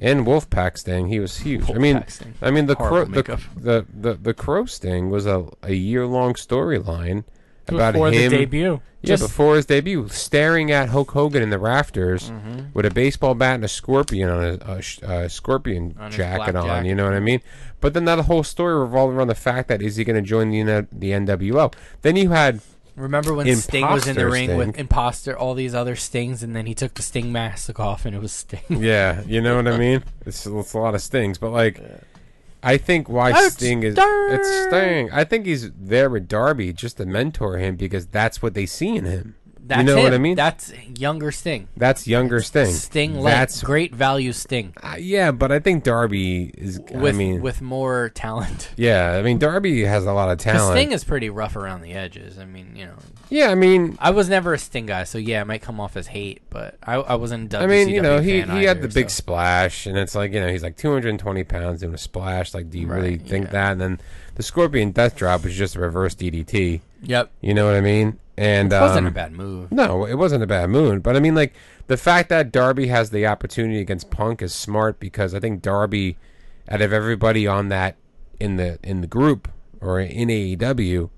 Speaker 4: and Wolfpack Sting, he was huge. I mean,
Speaker 5: Wolfpack Sting.
Speaker 4: I mean the Crow
Speaker 5: Horrible
Speaker 4: the,
Speaker 5: makeup.
Speaker 4: the, the the Crow Sting was a, a year long storyline about
Speaker 5: Before
Speaker 4: him.
Speaker 5: the debut.
Speaker 4: Yeah, before his debut, staring at Hulk Hogan in the rafters
Speaker 5: Mm-hmm.
Speaker 4: with a baseball bat and a scorpion on his a sh- uh, scorpion
Speaker 5: On his
Speaker 4: jacket
Speaker 5: black
Speaker 4: on.
Speaker 5: jacket.
Speaker 4: You know what I mean? But then that whole story revolved around the fact that is he going to join the N- the NWO? Then you had
Speaker 5: Remember when Sting was in the
Speaker 4: Imposter
Speaker 5: ring with
Speaker 4: Sting.
Speaker 5: Imposter, all these other Stings, and then he took the Sting mask off, and it was Sting.
Speaker 4: yeah, you know what I mean? It's, it's a lot of stings, but like, I think why
Speaker 5: It's
Speaker 4: Sting is
Speaker 5: Sting.
Speaker 4: it's Sting. I think he's there with Darby just to mentor him because that's what they see in him.
Speaker 5: That's
Speaker 4: you know what I
Speaker 5: him.
Speaker 4: mean?
Speaker 5: That's younger Sting.
Speaker 4: that's younger Sting.
Speaker 5: Sting like
Speaker 4: That's
Speaker 5: great value Sting
Speaker 4: uh, yeah, but I think Darby is.
Speaker 5: with
Speaker 4: I mean,
Speaker 5: with more talent.
Speaker 4: yeah, I mean Darby has a lot of
Speaker 5: 'Cause
Speaker 4: talent.
Speaker 5: Sting is pretty rough around the edges. I mean, you know,
Speaker 4: yeah, I mean,
Speaker 5: I was never a Sting guy, so yeah, it might come off as hate, but I, I wasn't a WCW
Speaker 4: I mean, you know, he,
Speaker 5: fan
Speaker 4: he had
Speaker 5: either,
Speaker 4: the big
Speaker 5: so.
Speaker 4: splash, and it's like you know he's like 220 pounds doing a splash. Like, do you really
Speaker 5: Right,
Speaker 4: think
Speaker 5: yeah.
Speaker 4: that? And then the Scorpion Death Drop was just a reverse DDT.
Speaker 5: Yep,
Speaker 4: You know what I mean? And
Speaker 5: it wasn't a
Speaker 4: um,
Speaker 5: bad move.
Speaker 4: No, it wasn't a bad move. But I mean, like the fact that Darby has the opportunity against Punk is smart because I think Darby, out of everybody on that in the in the group or in AEW,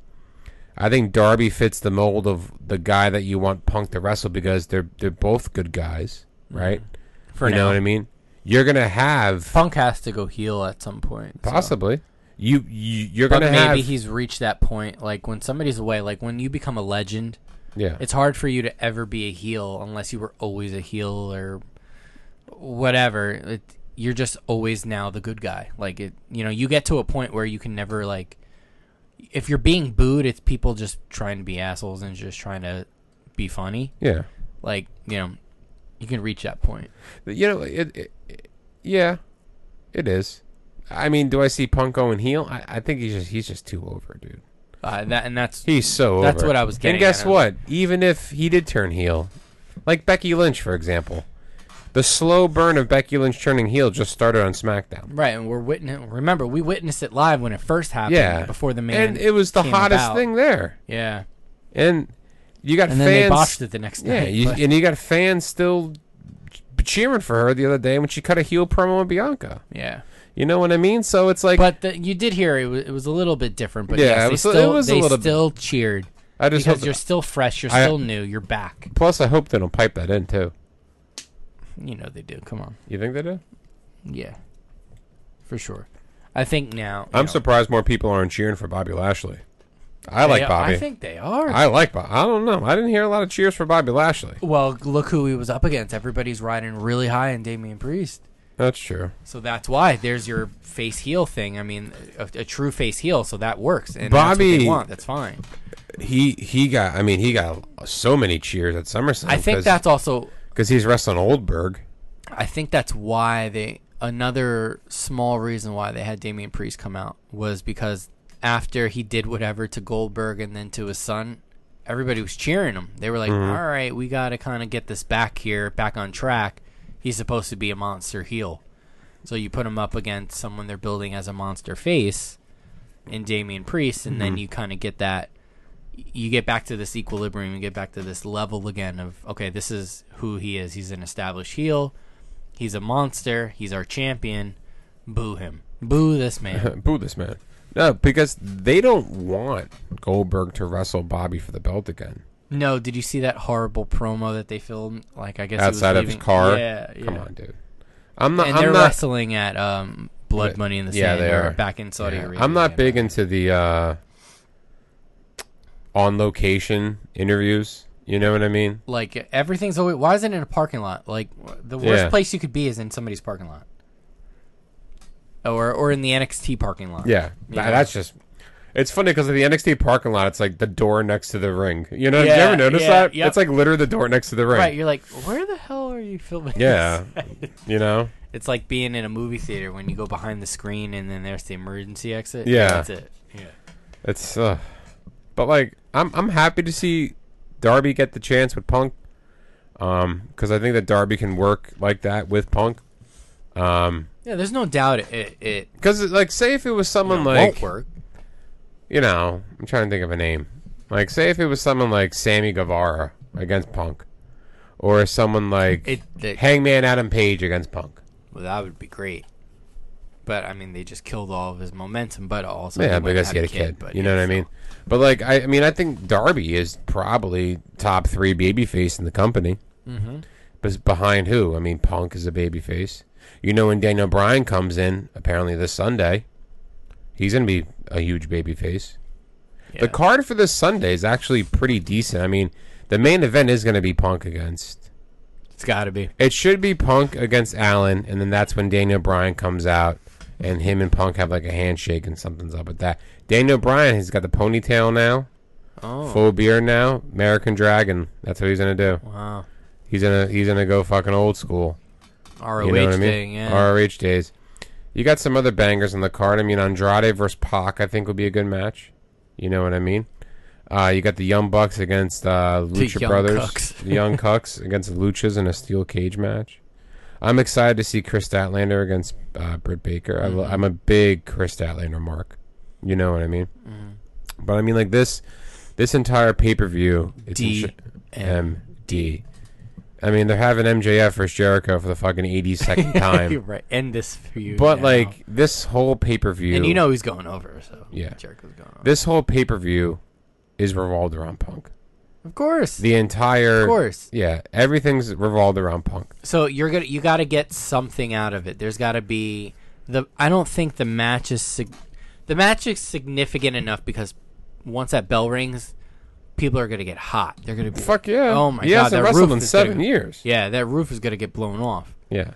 Speaker 4: I think Darby fits the mold of the guy that you want Punk to wrestle because they're they're both good guys, right?
Speaker 5: Mm-hmm. For
Speaker 4: you
Speaker 5: now,
Speaker 4: know what I mean? You're gonna have
Speaker 5: Punk has to go heel at some point. so.
Speaker 4: possibly you, you you're
Speaker 5: but
Speaker 4: gonna
Speaker 5: maybe
Speaker 4: have
Speaker 5: he's reached that point. Like when somebody's away, like when you become a legend,
Speaker 4: yeah
Speaker 5: it's hard for you to ever be a heel unless you were always a heel or whatever. It, you're just always now the good guy. Like it, you know, you get to a point where you can never like. If you're being booed, it's people just trying to be assholes and just trying to be funny.
Speaker 4: yeah
Speaker 5: Like you know, you can reach that point.
Speaker 4: You know, it, it, it- yeah, it is. I mean, do I see Punk going heel? I, I think he's just he's just too over, dude.
Speaker 5: Uh, that and that's
Speaker 4: He's so
Speaker 5: That's
Speaker 4: over.
Speaker 5: what I was getting
Speaker 4: And guess
Speaker 5: at.
Speaker 4: what? Even if he did turn heel, like Becky Lynch, for example, the slow burn of Becky Lynch turning heel just started on SmackDown.
Speaker 5: right. And we're witness. Remember, we witnessed it live when it first happened.
Speaker 4: Yeah,
Speaker 5: Before the man.
Speaker 4: and it was the
Speaker 5: came
Speaker 4: hottest
Speaker 5: about.
Speaker 4: thing there.
Speaker 5: Yeah.
Speaker 4: And you got
Speaker 5: And
Speaker 4: fans.
Speaker 5: then they botched it the next
Speaker 4: yeah,
Speaker 5: night.
Speaker 4: you,
Speaker 5: but-
Speaker 4: and you got fans still cheering for her the other day when she cut a heel promo on Bianca.
Speaker 5: yeah.
Speaker 4: You know what I mean? So it's like
Speaker 5: But the, you did hear it was, it was a little bit different. But
Speaker 4: Yeah,
Speaker 5: yes,
Speaker 4: it was-
Speaker 5: they
Speaker 4: it
Speaker 5: still,
Speaker 4: was a
Speaker 5: they
Speaker 4: little bit-
Speaker 5: still cheered
Speaker 4: I just hope
Speaker 5: because you're still fresh. You're
Speaker 4: I-
Speaker 5: still new. You're back.
Speaker 4: Plus, I hope they don't pipe that in too.
Speaker 5: You know they do. Come on.
Speaker 4: You think they do?
Speaker 5: Yeah. For sure. I think now. you
Speaker 4: I'm
Speaker 5: know,
Speaker 4: surprised more people aren't cheering for Bobby Lashley. I
Speaker 5: they-
Speaker 4: like Bobby.
Speaker 5: I think they are.
Speaker 4: I like Bobby. I don't know. I didn't hear a lot of cheers for Bobby Lashley.
Speaker 5: well, look who he was up against. Everybody's riding really high in Damian Priest.
Speaker 4: That's true.
Speaker 5: So that's why there's your face heel thing. I mean, a, a true face heel, so that works. And that's what
Speaker 4: Bobby-
Speaker 5: they want. That's fine.
Speaker 4: He he got. I mean, he got so many cheers at SummerSlam.
Speaker 5: I think that's also.
Speaker 4: because he's wrestling Oldberg.
Speaker 5: I think that's why they. Another small reason why they had Damian Priest come out was because after he did whatever to Goldberg and then to his son, everybody was cheering him. They were like, "All right, we got to kind of get this back here, back on track." He's supposed to be a monster heel, so you put him up against someone they're building as a monster face, in Damian Priest, and
Speaker 4: Mm-hmm.
Speaker 5: then you kind of get that. You get back to this equilibrium. You get back to this level again of okay, this is who he is. He's an established heel. He's a monster. He's our champion. Boo him. Boo this man.
Speaker 4: Boo this man. No, because they don't want Goldberg to wrestle Bobby for the belt again.
Speaker 5: no, did you see that horrible promo that they filmed? Like I guess he was
Speaker 4: Outside of his
Speaker 5: leaving-
Speaker 4: car.
Speaker 5: Yeah, yeah.
Speaker 4: Come on, dude. I'm not.
Speaker 5: And
Speaker 4: I'm
Speaker 5: they're
Speaker 4: not.
Speaker 5: wrestling at um, Blood Money in the
Speaker 4: Yeah,
Speaker 5: Sand
Speaker 4: they
Speaker 5: or
Speaker 4: are.
Speaker 5: back in Saudi
Speaker 4: Yeah.
Speaker 5: Arabia.
Speaker 4: I'm not
Speaker 5: yeah,
Speaker 4: big
Speaker 5: but-
Speaker 4: into the uh, on location interviews. You know what I mean?
Speaker 5: like everything's always. Why isn't it in a parking lot? Like the worst
Speaker 4: Yeah.
Speaker 5: place you could be is in somebody's parking lot, or or in the NXT parking lot.
Speaker 4: Yeah,
Speaker 5: Yeah.
Speaker 4: Tha- that's just. It's funny because in the NXT parking lot, it's like the door next to the ring. You know, did you
Speaker 5: Yeah,
Speaker 4: ever notice
Speaker 5: yeah,
Speaker 4: that?
Speaker 5: yep.
Speaker 4: It's like literally the door next to the ring.
Speaker 5: Right, you're like, where the hell are you filming? this?"
Speaker 4: yeah, you know.
Speaker 5: it's like being in a movie theater when you go behind the screen and then there's the emergency exit.
Speaker 4: Yeah.
Speaker 5: that's it. Yeah,
Speaker 4: It's uh but like I'm I'm happy to see Darby get the chance with Punk. Um cuz I think that Darby can work like that with Punk. Um
Speaker 5: yeah. There's no doubt it it, it
Speaker 4: cuz like say if it was someone
Speaker 5: won't
Speaker 4: like
Speaker 5: work.
Speaker 4: you know, I'm trying to think of a name. Like say if it was someone like Sammy Guevara against Punk or someone like
Speaker 5: It, it
Speaker 4: Hangman Adam Page against Punk.
Speaker 5: well, that would be great. But I mean, they just killed all of his momentum. But also,
Speaker 4: Yeah,
Speaker 5: went
Speaker 4: but I
Speaker 5: and
Speaker 4: guess
Speaker 5: had
Speaker 4: he had a kid.
Speaker 5: but
Speaker 4: you know
Speaker 5: yeah,
Speaker 4: what I
Speaker 5: so-
Speaker 4: mean? But like, I, I mean, I think Darby is probably top three babyface in the company. Mm-hmm. But behind who? I mean, Punk is a babyface. You know, when Daniel Bryan comes in, apparently this Sunday, he's gonna be a huge babyface.
Speaker 5: Yeah.
Speaker 4: The card for this Sunday is actually pretty decent. I mean, the main event is gonna be Punk against.
Speaker 5: It's got to be.
Speaker 4: It should be Punk against Allen, and then that's when Daniel Bryan comes out, and him and Punk have like a handshake, and something's up with that. Daniel Bryan has got the ponytail now,
Speaker 5: Oh.
Speaker 4: full beard now, American Dragon. That's what he's gonna do.
Speaker 5: Wow.
Speaker 4: He's gonna he's gonna go fucking old school.
Speaker 5: ROH
Speaker 4: You know what I mean?
Speaker 5: thing, yeah.
Speaker 4: ROH days. You got some other bangers on the card. I mean, Andrade versus Pac, I think would be a good match. You know what I mean? Uh, you got the Young Bucks against uh, Lucha
Speaker 5: Young
Speaker 4: Brothers,
Speaker 5: Cucks.
Speaker 4: the Young Cucks against the Luchas in a steel cage match. I'm excited to see Chris Statlander against uh, Britt Baker. I lo-
Speaker 5: Mm-hmm.
Speaker 4: I'm a big Chris Statlander mark. You know what I mean?
Speaker 5: Mm-hmm.
Speaker 4: But I mean, like this, this entire pay per view, it's in
Speaker 5: D
Speaker 4: Chi-
Speaker 5: M
Speaker 4: MD. I mean, they're having MJF versus Jericho for the fucking 82nd
Speaker 5: You're
Speaker 4: time.
Speaker 5: right. End this for you.
Speaker 4: but
Speaker 5: now.
Speaker 4: like this whole pay per view,
Speaker 5: and you know he's going over. So
Speaker 4: Yeah.
Speaker 5: Jericho's going over.
Speaker 4: this whole pay per view is revolved around Punk.
Speaker 5: Of course.
Speaker 4: The entire,
Speaker 5: Of course.
Speaker 4: yeah, everything's revolved around Punk.
Speaker 5: so you're gonna you got to get something out of it. There's got to be the. I don't think the match is sig- the match is significant enough because once that bell rings, people are gonna get hot. They're gonna be
Speaker 4: Fuck yeah!
Speaker 5: Oh my
Speaker 4: he
Speaker 5: god,
Speaker 4: hasn't
Speaker 5: that
Speaker 4: wrestled
Speaker 5: roof
Speaker 4: in
Speaker 5: is
Speaker 4: seven
Speaker 5: gonna-
Speaker 4: years.
Speaker 5: Yeah, that roof is gonna get blown off.
Speaker 4: Yeah,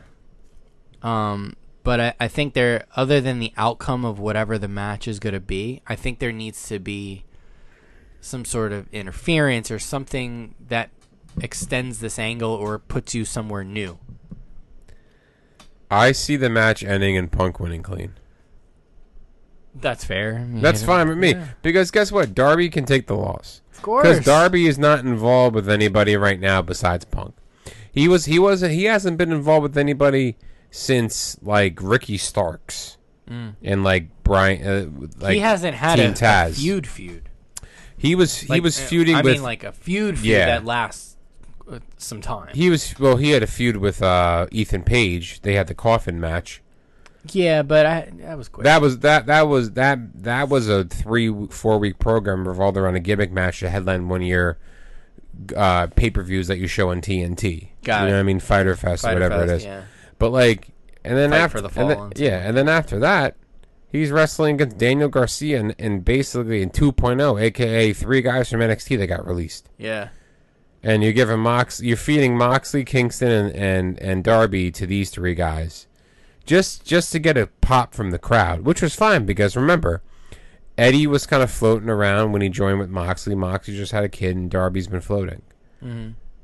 Speaker 5: Um, but I, I think there, other than the outcome of whatever the match is going to be, I think there needs to be some sort of interference or something that extends this angle or puts you somewhere new.
Speaker 4: I see the match ending and Punk winning clean.
Speaker 5: That's fair.
Speaker 4: That's
Speaker 5: You know,
Speaker 4: fine with me
Speaker 5: yeah.
Speaker 4: because guess what? Darby can take the loss
Speaker 5: Of course.
Speaker 4: because Darby is not involved with anybody right now besides Punk. He was he was he hasn't been involved with anybody since like Ricky Starks and like Brian. Uh, like
Speaker 5: Mm. he hasn't had
Speaker 4: Team
Speaker 5: a, a
Speaker 4: Taz.
Speaker 5: feud feud.
Speaker 4: He was he
Speaker 5: Like,
Speaker 4: was
Speaker 5: uh,
Speaker 4: feuding
Speaker 5: I
Speaker 4: with
Speaker 5: mean, like a feud feud
Speaker 4: Yeah.
Speaker 5: that lasts uh, some time.
Speaker 4: he was well he had a feud with uh, Ethan Page. They had the coffin match.
Speaker 5: yeah, but I that was quick.
Speaker 4: That was that that was that that was a three four week program revolved around a gimmick match to headline one year uh, pay per views that you show on TNT.
Speaker 5: Got
Speaker 4: you
Speaker 5: it.
Speaker 4: know what I mean? Fighter Fest
Speaker 5: Fighter
Speaker 4: or whatever
Speaker 5: Fest,
Speaker 4: it is.
Speaker 5: yeah.
Speaker 4: But like, and then
Speaker 5: Fight
Speaker 4: after
Speaker 5: for the
Speaker 4: and then-
Speaker 5: Fallen.
Speaker 4: yeah, and then after that, he's wrestling against Daniel Garcia and, and basically in oh, 2.0, aka three guys from NXT that got released.
Speaker 5: yeah,
Speaker 4: And you're giving Mox, you're feeding Moxley, Kingston, and, and and Darby to these three guys, just just to get a pop from the crowd, which was fine because remember, Eddie was kind of floating around when he joined with Moxley. Moxley just had a kid, and Darby's been floating.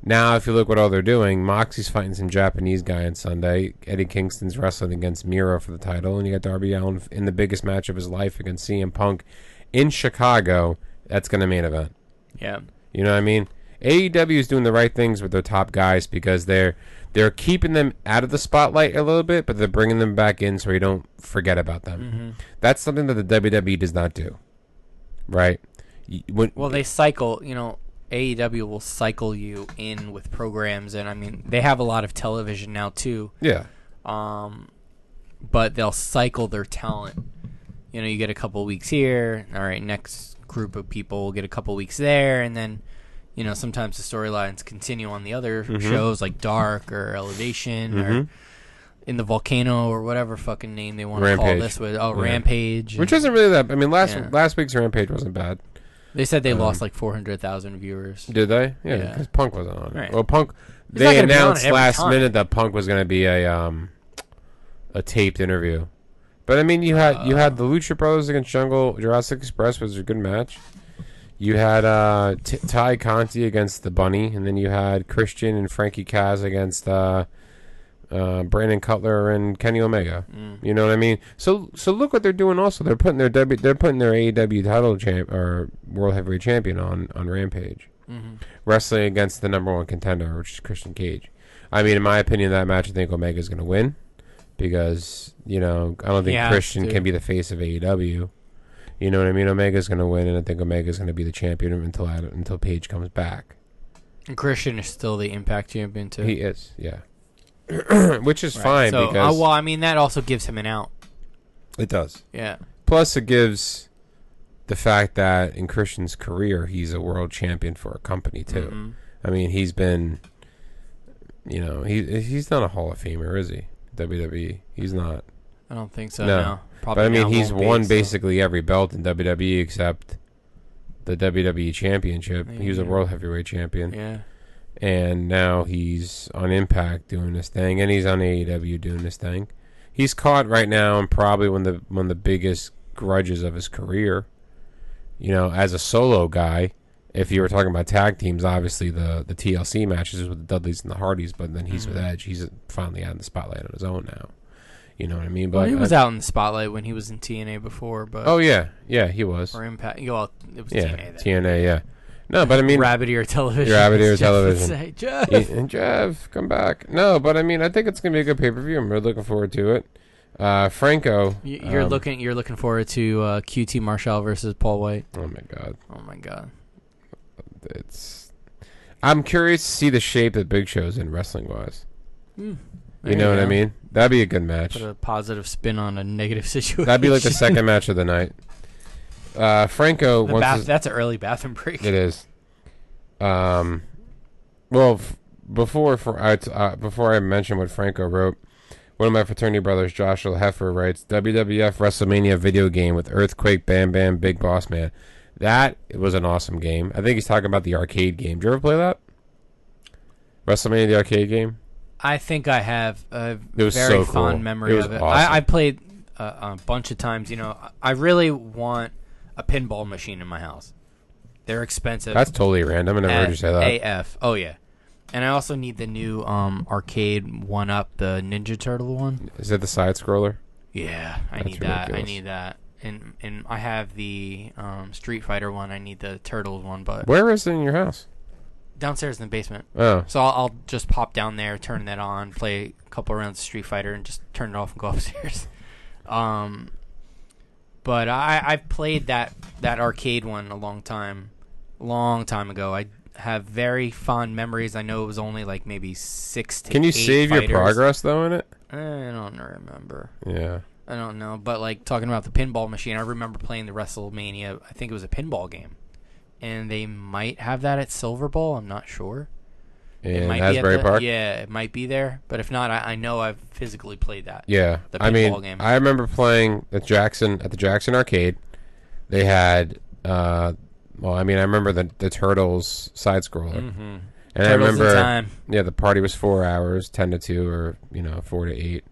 Speaker 4: Now, if you look what all they're doing, Moxie's fighting some Japanese guy on Sunday. Eddie Kingston's wrestling against Miro for the title, and you got Darby Allen in the biggest match of his life against CM Punk in Chicago. That's going to main event.
Speaker 5: yeah.
Speaker 4: You know what I mean? AEW is doing the right things with their top guys because they're they're keeping them out of the spotlight a little bit, but they're bringing them back in so you don't forget about them. That's something that the WWE does not do, right? Y- When,
Speaker 5: Well, they cycle. You know, AEW will cycle you in with programs, and I mean, they have a lot of television now too.
Speaker 4: yeah,
Speaker 5: um, but they'll cycle their talent. You know, you get a couple weeks here. All right, next group of people will get a couple weeks there, and then, you know, sometimes the storylines continue on the other
Speaker 4: Mm-hmm.
Speaker 5: shows like Dark or Elevation or in the volcano or whatever fucking name they want to call
Speaker 4: Rampage.
Speaker 5: this with. Oh,
Speaker 4: Yeah.
Speaker 5: Rampage.
Speaker 4: which isn't really that. I mean, last
Speaker 5: Yeah.
Speaker 4: last week's Rampage wasn't bad.
Speaker 5: They said they lost like four hundred thousand viewers.
Speaker 4: Did they? Yeah,
Speaker 5: Yeah.
Speaker 4: because Punk wasn't on it.
Speaker 5: Right.
Speaker 4: Well, Punk.
Speaker 5: not
Speaker 4: They
Speaker 5: gonna be on it
Speaker 4: announced
Speaker 5: every
Speaker 4: last
Speaker 5: time.
Speaker 4: minute that Punk was going to be a um, a taped interview. But I mean, you had you had the Lucha Brothers against Jungle Jurassic Express was a good match. You had uh, T- Ty Conti against the Bunny, and then you had Christian and Frankie Kaz against uh, uh, Brandon Cutler and Kenny Omega.
Speaker 5: Mm.
Speaker 4: You know what I mean? So so look what they're doing. Also, they're putting their w, they're putting their AEW title champ or World Heavyweight Champion on on Rampage,
Speaker 5: Mm-hmm.
Speaker 4: wrestling against the number one contender, which is Christian Cage. I mean, in my opinion, that match I think Omega's going to win because you know I don't think
Speaker 5: He has
Speaker 4: Christian
Speaker 5: to.
Speaker 4: can be the face of AEW. You know what I mean? Omega's going to win, and I think Omega's going to be the champion until until Page comes back.
Speaker 5: And Christian is still the Impact champion too.
Speaker 4: He is, yeah. Which is fine
Speaker 5: so, uh,
Speaker 4: because
Speaker 5: well, I mean, that also gives him an out.
Speaker 4: it does.
Speaker 5: Yeah.
Speaker 4: Plus, it gives the fact that in Christian's career, he's a world champion for a company too.
Speaker 5: Mm-hmm.
Speaker 4: I mean, he's been, you know, he he's not a Hall of Famer, is he? WWE, he's not.
Speaker 5: I don't think so.
Speaker 4: No.
Speaker 5: No.
Speaker 4: but I mean,
Speaker 5: now
Speaker 4: he's
Speaker 5: won't be,
Speaker 4: won
Speaker 5: so-
Speaker 4: basically every belt in WWE except the WWE Championship. He was a
Speaker 5: Oh, Yeah.
Speaker 4: world heavyweight champion,
Speaker 5: Yeah.
Speaker 4: and now he's on Impact doing this thing, and he's on AEW doing this thing. He's caught right now in probably one of the one of the biggest grudges of his career. You know, as a solo guy, if you were talking about tag teams, obviously the the TLC matches is with the Dudleys and the Hardys, but then he's
Speaker 5: Mm-hmm.
Speaker 4: with Edge. He's finally out in the spotlight on his own now. You know what I mean? But
Speaker 5: Well, he was
Speaker 4: uh,
Speaker 5: out in the spotlight when he was in TNA before, but
Speaker 4: Oh yeah, yeah, he was.
Speaker 5: or Impact. Well, it was
Speaker 4: Yeah,
Speaker 5: TNA. Then.
Speaker 4: TNA. Yeah. No, but I mean,
Speaker 5: Rabbit Ear Television.
Speaker 4: Rabbit
Speaker 5: as
Speaker 4: Ear
Speaker 5: Jeff would
Speaker 4: Television.
Speaker 5: say. Jeff.
Speaker 4: Yeah, and Jeff, come back. No, but I mean, I think it's gonna be a good pay per view. I'm really looking forward to it. Uh, Franco,
Speaker 5: Y- You're
Speaker 4: um,
Speaker 5: looking. You're looking forward to uh, QT Marshall versus Paul White.
Speaker 4: Oh my god,
Speaker 5: Oh my God.
Speaker 4: it's. I'm curious to see the shape that Big Show's in wrestling wise.
Speaker 5: There
Speaker 4: you know what I
Speaker 5: go.
Speaker 4: mean? That'd be a good match.
Speaker 5: Put a positive spin on a negative situation.
Speaker 4: That'd be like the second match of the night. Uh, Franco
Speaker 5: The
Speaker 4: wants.
Speaker 5: bath-
Speaker 4: his-
Speaker 5: that's an early bathroom break.
Speaker 4: It is. Um, well, f- before for I t- uh, before I mention what Franco wrote, one of my fraternity brothers, Joshua Heffer, writes WWF WrestleMania video game with Earthquake, Bam Bam, Big Boss Man. That was an awesome game. I think he's talking about the arcade game. Did you ever play that? WrestleMania the arcade game.
Speaker 5: I think I have a
Speaker 4: It was
Speaker 5: very
Speaker 4: so cool.
Speaker 5: fond memory
Speaker 4: It was
Speaker 5: of it.
Speaker 4: awesome.
Speaker 5: I, I played uh, a bunch of times. You know, I- I really want a pinball machine in my house. They're expensive. Uh,
Speaker 4: That's totally random. I never heard you say that.
Speaker 5: AF. Oh yeah. And I also need the new um, arcade one up, the Ninja Turtle one.
Speaker 4: Is that the side scroller?
Speaker 5: Yeah, I
Speaker 4: That's
Speaker 5: need that. I
Speaker 4: ridiculous.
Speaker 5: need that. And and I have the um, Street Fighter one. I need the Turtles one, but
Speaker 4: Where is it in your house?
Speaker 5: downstairs in the basement.
Speaker 4: Oh,
Speaker 5: So I'll, I'll just pop down there, turn that on, play a couple rounds of Street Fighter, and just turn it off and go upstairs. Um, but I I've played that that arcade one a long time, long time ago. I have very fond memories. I know it was only like maybe six to
Speaker 4: can you
Speaker 5: eight
Speaker 4: save
Speaker 5: fighters. Eh,
Speaker 4: your progress though in it?
Speaker 5: I don't remember.
Speaker 4: Yeah.
Speaker 5: I don't know, but like talking about the pinball machine, I remember playing the WrestleMania. I think it was a pinball game, and they might have that at Silver Bowl. I'm not sure.
Speaker 4: In
Speaker 5: might be at
Speaker 4: Hasbury
Speaker 5: the-
Speaker 4: Park.
Speaker 5: Yeah, it might be there, but if not, I, I know I've physically played that.
Speaker 4: Yeah,
Speaker 5: the
Speaker 4: I mean,
Speaker 5: pinball game.
Speaker 4: I remember playing at Jackson at the Jackson Arcade. They had, uh, well, I mean, I remember the the Turtles side scroller, and I
Speaker 5: Mm-hmm. Turtles in
Speaker 4: remember,
Speaker 5: Time.
Speaker 4: yeah, the party was four hours, ten to two, or you know, four to eight,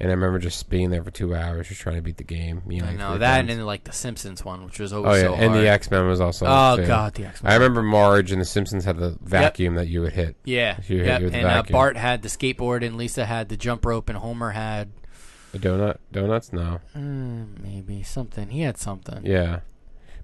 Speaker 4: and I remember just being there for two hours, just trying to beat the game. You know,
Speaker 5: I
Speaker 4: like
Speaker 5: know
Speaker 4: three
Speaker 5: that, and
Speaker 4: times.
Speaker 5: then like the Simpsons one, which was
Speaker 4: oh
Speaker 5: always
Speaker 4: yeah,
Speaker 5: so
Speaker 4: and
Speaker 5: hard.
Speaker 4: the X Men was also.
Speaker 5: oh
Speaker 4: too.
Speaker 5: god, the X.
Speaker 4: I remember Marge and the Simpsons had the vacuum that you would hit.
Speaker 5: Yeah,
Speaker 4: You hit
Speaker 5: yep.
Speaker 4: you with
Speaker 5: and
Speaker 4: the
Speaker 5: uh,
Speaker 4: vacuum.
Speaker 5: Bart had the skateboard, and Lisa had the jump rope, and Homer had
Speaker 4: The donut, donuts, no,
Speaker 5: mm, maybe something. He had something.
Speaker 4: yeah,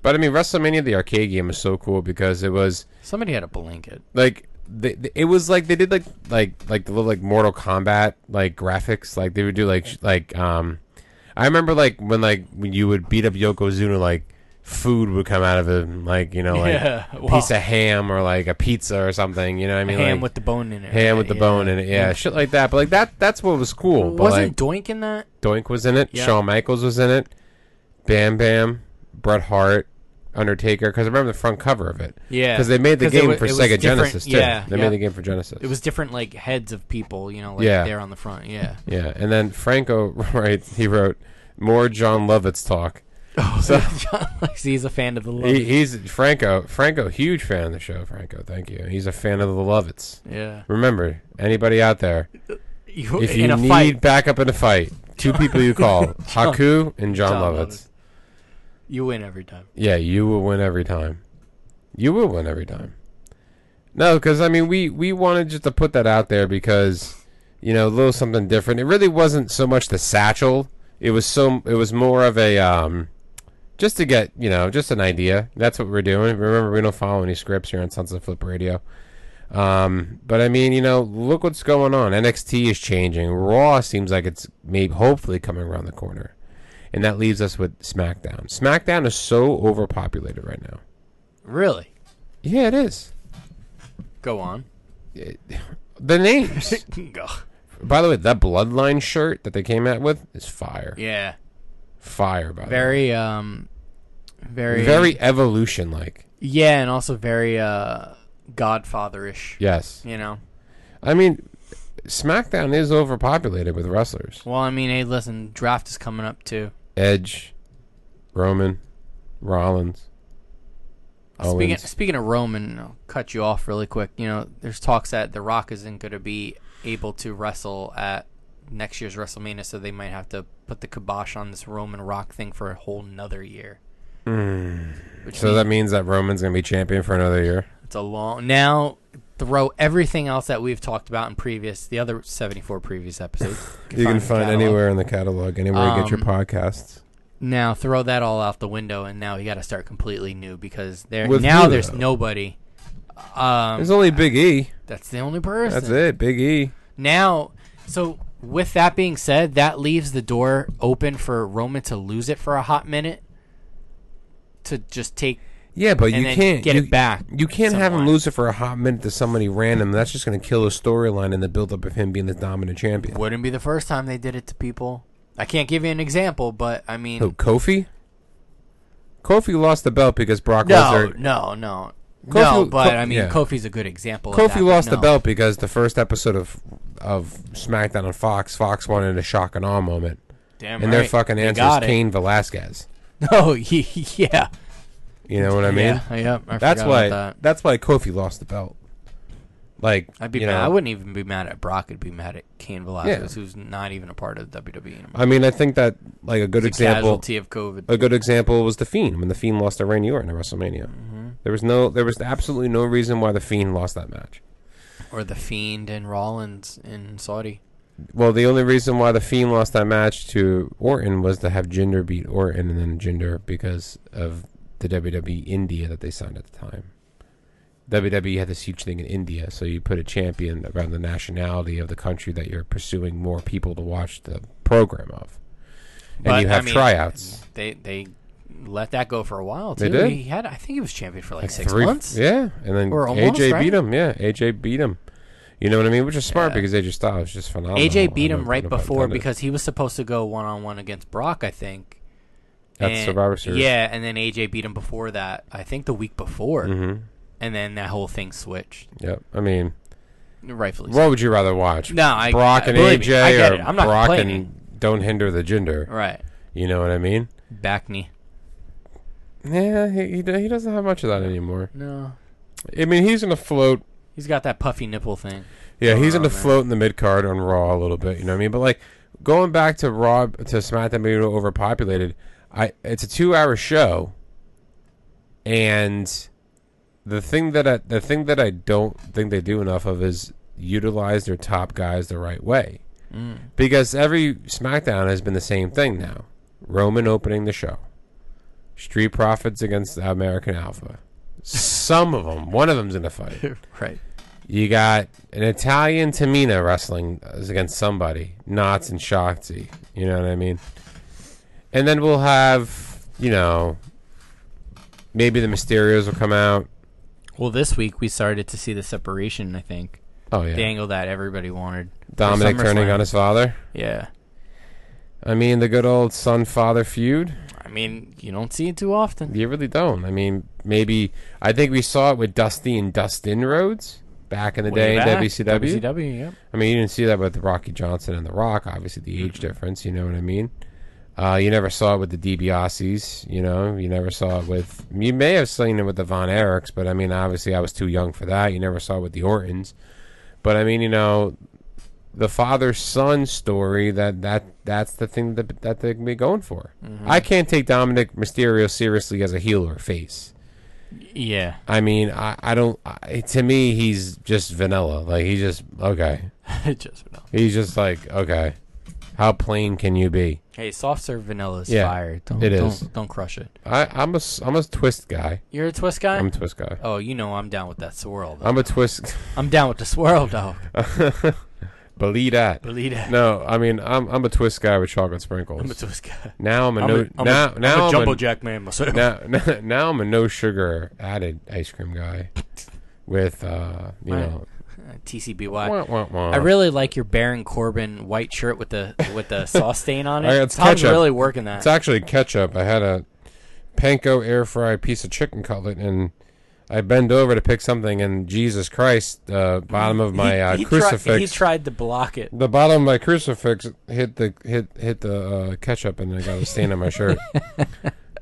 Speaker 4: but I mean, WrestleMania the arcade game was so cool because it was.
Speaker 5: Somebody had a blanket.
Speaker 4: like they, they- it was like they did like like like the little like Mortal Kombat like graphics like they would do like sh- like um I remember like when like when you would beat up Yokozuna like food would come out of him like you know like
Speaker 5: Yeah,
Speaker 4: a
Speaker 5: well-
Speaker 4: piece of ham or like a pizza or something you know what I mean
Speaker 5: ham
Speaker 4: like,
Speaker 5: with the bone in it.
Speaker 4: ham with the bone in it yeah, shit like that but like that that's what was cool but
Speaker 5: Wasn't
Speaker 4: like
Speaker 5: Doink in that?
Speaker 4: Doink was in it
Speaker 5: Yeah.
Speaker 4: Shawn Michaels was in it Bam Bam Bret Hart Undertaker because I remember the front cover of it
Speaker 5: Yeah,
Speaker 4: because they made the
Speaker 5: 'Cause it
Speaker 4: game
Speaker 5: wa-
Speaker 4: for
Speaker 5: it was
Speaker 4: Sega
Speaker 5: different-
Speaker 4: Genesis too.
Speaker 5: yeah,
Speaker 4: they
Speaker 5: yeah.
Speaker 4: made the game for Genesis.
Speaker 5: It was different, like heads of people, you know, like
Speaker 4: Yeah.
Speaker 5: there on the front. Yeah.
Speaker 4: yeah, and then Franco right he wrote more John Lovitz talk.
Speaker 5: Oh,
Speaker 4: So
Speaker 5: John likes he's a fan of the love.
Speaker 4: he, he's Franco Franco huge fan of the show. Franco, thank you. He's a fan of the Lovitz.
Speaker 5: yeah.
Speaker 4: Remember anybody out there?
Speaker 5: You,
Speaker 4: If you
Speaker 5: in a
Speaker 4: need
Speaker 5: fight,
Speaker 4: backup in a fight, two people you call Haku and John,
Speaker 5: John
Speaker 4: Lovitz.
Speaker 5: Lovitz. you win every time.
Speaker 4: Yeah, you will win every time. You will win every time. No, because I mean, we we wanted just to put that out there because you know a little something different. It really wasn't so much the satchel. It was so it was more of a um, just to get you know just an idea. That's what we're doing. Remember, we don't follow any scripts here on Sunset Flip Radio. Um, but I mean, you know, look what's going on. NXT is changing. Raw seems like it's maybe hopefully coming around the corner. And that leaves us with SmackDown. SmackDown is so overpopulated right now.
Speaker 5: Really?
Speaker 4: Yeah, it is.
Speaker 5: Go on.
Speaker 4: The names.
Speaker 5: Go.
Speaker 4: by the way, that Bloodline shirt that they came out with is fire.
Speaker 5: Yeah.
Speaker 4: Fire, by the way.
Speaker 5: Very um, very
Speaker 4: Very evolution like.
Speaker 5: yeah, and also very uh, Godfather-ish.
Speaker 4: Yes.
Speaker 5: You know.
Speaker 4: I mean, SmackDown is overpopulated with wrestlers.
Speaker 5: Well, I mean, hey, listen, draft is coming up too.
Speaker 4: Edge, Roman, Rollins.
Speaker 5: Speaking,
Speaker 4: Owens.
Speaker 5: speaking of Roman, I'll cut you off really quick. You know, there's talks that The Rock isn't going to be able to wrestle at next year's WrestleMania, so they might have to put the kibosh on this Roman Rock thing for a whole nother year. Which
Speaker 4: Hmm. So that means that Roman's going to be champion for another year.
Speaker 5: it's a long. Now, throw everything else that we've talked about in previous, the other 74 previous episodes.
Speaker 4: You can
Speaker 5: the
Speaker 4: find
Speaker 5: catalog.
Speaker 4: anywhere in the catalog, anywhere you get your
Speaker 5: Um,
Speaker 4: podcasts.
Speaker 5: Now, throw that all out the window, and now you got to start completely new because there
Speaker 4: With
Speaker 5: now
Speaker 4: who,
Speaker 5: there's
Speaker 4: though?
Speaker 5: nobody. Um,
Speaker 4: There's only Big E.
Speaker 5: that's the only person.
Speaker 4: That's it, Big E.
Speaker 5: Now, so with that being said, that leaves the door open for Roman to lose it for a hot minute to just take
Speaker 4: Yeah, but
Speaker 5: and
Speaker 4: you
Speaker 5: then
Speaker 4: can't
Speaker 5: get
Speaker 4: you,
Speaker 5: it back.
Speaker 4: You can't have him
Speaker 5: somewhat.
Speaker 4: lose it for a hot minute to somebody random. That's just going to kill his storyline and the buildup of him being the dominant champion.
Speaker 5: Wouldn't be the first time they did it to people. I can't give you an example, but I mean,
Speaker 4: Who, Kofi? Kofi lost the belt because Brock
Speaker 5: no,
Speaker 4: Lesnar.
Speaker 5: no, no, no.
Speaker 4: Kofi-
Speaker 5: But
Speaker 4: Ko-
Speaker 5: I mean,
Speaker 4: yeah.
Speaker 5: Kofi's a good example. of
Speaker 4: Kofi
Speaker 5: that, but
Speaker 4: lost the
Speaker 5: no.
Speaker 4: belt because the first episode of of SmackDown on Fox, Fox wanted a shock and awe moment,
Speaker 5: Damn
Speaker 4: and
Speaker 5: right.
Speaker 4: their fucking
Speaker 5: They
Speaker 4: answer
Speaker 5: got
Speaker 4: is
Speaker 5: it.
Speaker 4: Kane Velasquez.
Speaker 5: Oh yeah,
Speaker 4: You know what I mean?
Speaker 5: yeah, yeah. I
Speaker 4: that's
Speaker 5: forgot
Speaker 4: why.
Speaker 5: about that.
Speaker 4: That's why Kofi lost the belt. Like
Speaker 5: I'd be
Speaker 4: you
Speaker 5: mad.
Speaker 4: know,
Speaker 5: I wouldn't even be mad at Brock. I'd be mad at Kane Velasquez,
Speaker 4: Yeah.
Speaker 5: who's not even a part of WWE anymore.
Speaker 4: I mean, I think that like a good
Speaker 5: He's a
Speaker 4: example.
Speaker 5: casualty of COVID.
Speaker 4: a good example was the Fiend when the Fiend lost to Randy Orton at WrestleMania. There was no, there was absolutely no reason why the Fiend lost that match.
Speaker 5: or the Fiend and Rollins in Saudi.
Speaker 4: Well, the only reason why the Fiend lost that match to Orton was to have Jinder beat Orton and then Jinder because of the WWE India that they signed at the time. WWE had this huge thing in India, so you put a champion around the nationality of the country that you're pursuing more people to watch the program of. And
Speaker 5: But,
Speaker 4: you
Speaker 5: I
Speaker 4: have
Speaker 5: mean,
Speaker 4: tryouts.
Speaker 5: They they let that go for a while too.
Speaker 4: They did?
Speaker 5: He had I think he was champion for like, six
Speaker 4: Three-
Speaker 5: months.
Speaker 4: Yeah, and then
Speaker 5: Or almost,
Speaker 4: AJ
Speaker 5: right?
Speaker 4: beat him. Yeah, AJ beat him. You know what I mean? Which is smart because AJ Styles is just phenomenal.
Speaker 5: AJ beat
Speaker 4: I
Speaker 5: him
Speaker 4: know- I
Speaker 5: right
Speaker 4: know about
Speaker 5: before
Speaker 4: that.
Speaker 5: because he was supposed to go one on one against Brock, I think.
Speaker 4: At
Speaker 5: And-
Speaker 4: Survivor Series.
Speaker 5: Yeah, and then AJ beat him before that. I think the week before,
Speaker 4: Mm-hmm.
Speaker 5: and then that whole thing switched.
Speaker 4: Yep. I mean,
Speaker 5: Rightfully. so.
Speaker 4: What would you rather watch?
Speaker 5: No, I-
Speaker 4: Brock
Speaker 5: I-
Speaker 4: and
Speaker 5: believe me, I
Speaker 4: AJ
Speaker 5: get
Speaker 4: or
Speaker 5: it. I'm not
Speaker 4: Brock
Speaker 5: complaining.
Speaker 4: and don't hinder the gender.
Speaker 5: Right.
Speaker 4: You know what I mean?
Speaker 5: Back knee.
Speaker 4: Yeah, he, he do- he doesn't have much of that anymore.
Speaker 5: No.
Speaker 4: I mean, he's gonna float.
Speaker 5: He's got that puffy nipple thing.
Speaker 4: Yeah, he's
Speaker 5: Oh,
Speaker 4: gonna
Speaker 5: man.
Speaker 4: float in the mid card on Raw a little bit. You know what I mean? But like going back to Raw to SmackDown being overpopulated, I it's a two hour show, and the thing that I, the thing that I don't think they do enough of is utilize their top guys the right way.
Speaker 5: Mm.
Speaker 4: Because every SmackDown has been the same thing now. Roman opening the show. Street Profits against American Alpha. Some of them, one of them's in a fight.
Speaker 5: right.
Speaker 4: You got an Italian Tamina wrestling is against somebody, Knots and Shakti. You know what I mean? And then we'll have, you know, maybe the Mysterios will come out.
Speaker 5: Well, this week we started to see the separation. I think
Speaker 4: Oh yeah,
Speaker 5: the angle that everybody wanted. for
Speaker 4: Dominic turning
Speaker 5: SummerSlam.
Speaker 4: on his father.
Speaker 5: Yeah.
Speaker 4: I mean, the good old son-father feud.
Speaker 5: I mean, you don't see it too often.
Speaker 4: You really don't. I mean, maybe I think we saw it with Dusty and Dustin Rhodes back in the day
Speaker 5: Way back,
Speaker 4: in WCW.
Speaker 5: WCW. Yep.
Speaker 4: I mean, you didn't see that with Rocky Johnson and The Rock. Obviously, the age difference. You know what I mean? Uh, you never saw it with the DiBiases. You know, you never saw it with. You may have seen it with the Von Erichs, but I mean, obviously, I was too young for that. You never saw it with the Ortons. But I mean, you know, the father son story that that that's the thing that that they can be going for. I can't take Dominic Mysterio seriously as a heel or face.
Speaker 5: Yeah.
Speaker 4: I mean, I, I don't. I, to me, he's just vanilla. Like he's just okay.
Speaker 5: Just vanilla.
Speaker 4: He's just like, okay, how plain can you be?
Speaker 5: Hey, soft serve vanilla is
Speaker 4: Yeah,
Speaker 5: fire. Don't,
Speaker 4: it
Speaker 5: don't,
Speaker 4: is.
Speaker 5: Don't crush it.
Speaker 4: I, I'm a, s- I'm a twist guy.
Speaker 5: You're a twist guy.
Speaker 4: I'm a twist guy.
Speaker 5: oh, you know I'm down with that swirl. Though.
Speaker 4: I'm a twist.
Speaker 5: I'm down with the swirl, though.
Speaker 4: Believe that.
Speaker 5: Believe that.
Speaker 4: No, I mean, I'm I'm a twist guy with chocolate sprinkles.
Speaker 5: I'm a twist guy.
Speaker 4: now I'm a
Speaker 5: I'm
Speaker 4: no.
Speaker 5: a, I'm
Speaker 4: now
Speaker 5: a,
Speaker 4: now
Speaker 5: I'm a
Speaker 4: I'm
Speaker 5: jumbo
Speaker 4: a,
Speaker 5: jack man myself.
Speaker 4: now, now I'm a no sugar added ice cream guy. With uh, you
Speaker 5: Right.
Speaker 4: know,
Speaker 5: Uh, TCBY.
Speaker 4: wah, wah, wah.
Speaker 5: I really like your Baron Corbin white shirt with the with the sauce stain on it.
Speaker 4: I got some
Speaker 5: Tom's
Speaker 4: ketchup.
Speaker 5: really working that.
Speaker 4: It's actually ketchup. I had a panko air fried piece of chicken cutlet, and I bend over to pick something, and Jesus Christ, uh, bottom of my uh,
Speaker 5: he,
Speaker 4: crucifix.
Speaker 5: Tried, he tried to block it.
Speaker 4: the bottom of my crucifix hit the hit hit the uh, ketchup, and I got a stain on my shirt.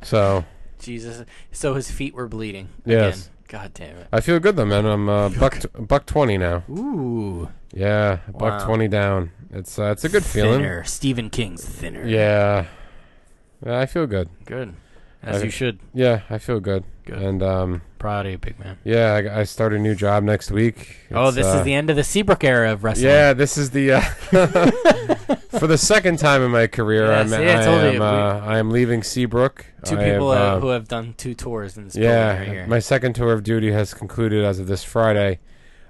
Speaker 4: So
Speaker 5: Jesus. So his feet were bleeding.
Speaker 4: Yes.
Speaker 5: Again. God damn it.
Speaker 4: I feel good though, man. I'm uh, buck t- buck twenty now.
Speaker 5: Ooh.
Speaker 4: Yeah, buck
Speaker 5: Wow.
Speaker 4: twenty down. It's uh, it's a good feeling.
Speaker 5: Thinner. Stephen King's thinner.
Speaker 4: Yeah, Yeah, I feel good.
Speaker 5: Good. As
Speaker 4: Okay.
Speaker 5: you should.
Speaker 4: Yeah, I feel good.
Speaker 5: Good.
Speaker 4: And um,
Speaker 5: Proud of you, big man.
Speaker 4: yeah, I, I start a new job next week.
Speaker 5: oh,
Speaker 4: It's,
Speaker 5: this
Speaker 4: uh,
Speaker 5: is the end of the Seabrook era of wrestling.
Speaker 4: Yeah, this is the uh, for the second time in my career.
Speaker 5: Yeah,
Speaker 4: I'm,
Speaker 5: see, I
Speaker 4: I
Speaker 5: told
Speaker 4: am,
Speaker 5: you, we-
Speaker 4: uh, I am leaving Seabrook.
Speaker 5: Two
Speaker 4: I
Speaker 5: people
Speaker 4: have,
Speaker 5: uh,
Speaker 4: uh,
Speaker 5: who have done two tours in this building right
Speaker 4: yeah,
Speaker 5: here.
Speaker 4: my second tour of duty has concluded as of this Friday.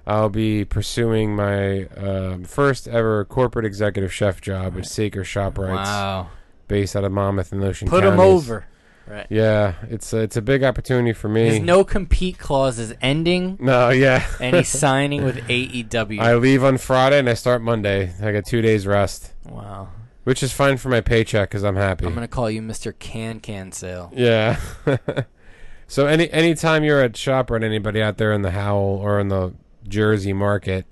Speaker 4: I'll be pursuing my um, first ever corporate executive chef job with Saker Shoprites,
Speaker 5: wow.
Speaker 4: based out of Monmouth and Ocean.
Speaker 5: Put him
Speaker 4: counties.
Speaker 5: over. Right.
Speaker 4: Yeah, it's a, it's a big opportunity for me.
Speaker 5: His no compete clause is ending,
Speaker 4: no, yeah.
Speaker 5: and he's signing with E AEW.
Speaker 4: I leave on Friday and I start Monday. I get two days rest,
Speaker 5: wow.
Speaker 4: which is fine for my paycheck because I'm happy.
Speaker 5: I'm gonna call you Mr. Can Can Sale.
Speaker 4: Yeah. so any anytime you're at ShopRite, anybody out there in the Howell or in the Jersey market,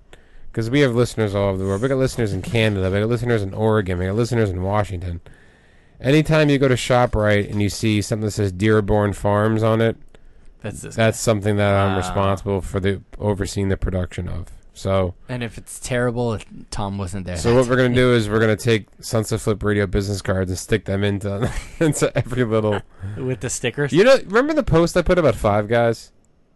Speaker 4: because we have listeners all over the world. We got listeners in Canada. We got listeners in Oregon. We got listeners in Washington. Anytime you go to ShopRite and you see something that says Dearborn Farms on it,
Speaker 5: That's this.
Speaker 4: that's something that I'm
Speaker 5: Wow.
Speaker 4: responsible for the overseeing the production of. So,
Speaker 5: and if it's terrible, if Tom wasn't there.
Speaker 4: so what we're gonna do is we're gonna take Sunset Flip Radio business cards and stick them into into every little.
Speaker 5: with the stickers.
Speaker 4: You know, remember the post I put about Five Guys?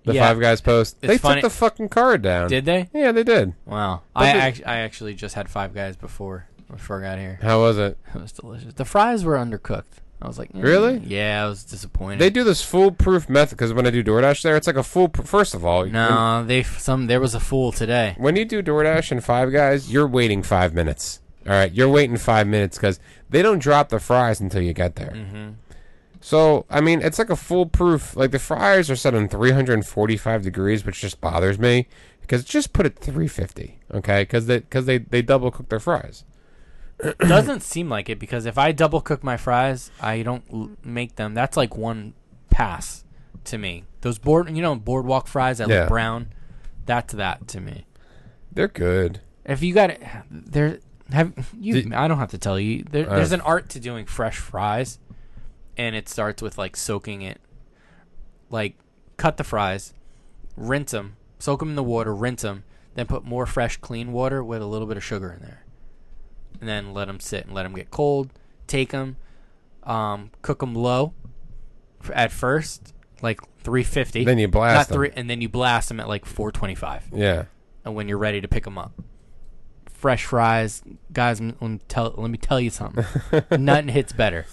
Speaker 4: the
Speaker 5: Yeah.
Speaker 4: Five Guys post. they
Speaker 5: funny-
Speaker 4: took the fucking card down.
Speaker 5: Did they?
Speaker 4: Yeah, they did.
Speaker 5: Wow. I
Speaker 4: it-
Speaker 5: act- I actually just had Five Guys before before I got here.
Speaker 4: How was it?
Speaker 5: It was delicious. The fries were undercooked. I was like, "Mm."
Speaker 4: Really?
Speaker 5: Yeah, I was disappointed.
Speaker 4: They do this foolproof method because when I do DoorDash there, it's like a fool. First of all, when,
Speaker 5: No, they some there was a fool today.
Speaker 4: when you do DoorDash and Five Guys, you're waiting five minutes. All right, you're waiting five minutes because they don't drop the fries until you get there.
Speaker 5: Mm-hmm.
Speaker 4: So I mean, it's like a foolproof. Like the fries are set on 345 degrees, which just bothers me because just put it 350. Okay, because they because they they double cook their fries.
Speaker 5: Doesn't seem like it because if I double cook my fries, I don't l- make them. That's like one pass to me. Those board, you know, boardwalk fries that
Speaker 4: Yeah.
Speaker 5: look brown. That's that to me.
Speaker 4: They're good.
Speaker 5: If you got it, there have you.
Speaker 4: Did-
Speaker 5: I don't have to tell you. There,
Speaker 4: Uh,
Speaker 5: there's an art to doing fresh fries, and it starts with like soaking it. Like, cut the fries, rinse them, soak them in the water, rinse them, then put more fresh, clean water with a little bit of sugar in there, and then let them sit and let them get cold. Take them, um, cook them low, f- at first, like 350.
Speaker 4: Then you blast
Speaker 5: not
Speaker 4: 'em.
Speaker 5: three, and then you blast them at like 425
Speaker 4: Yeah.
Speaker 5: and uh, when you're ready to pick them up. Fresh fries, guys. m- Let me tell, let me tell you something. Nothing hits better.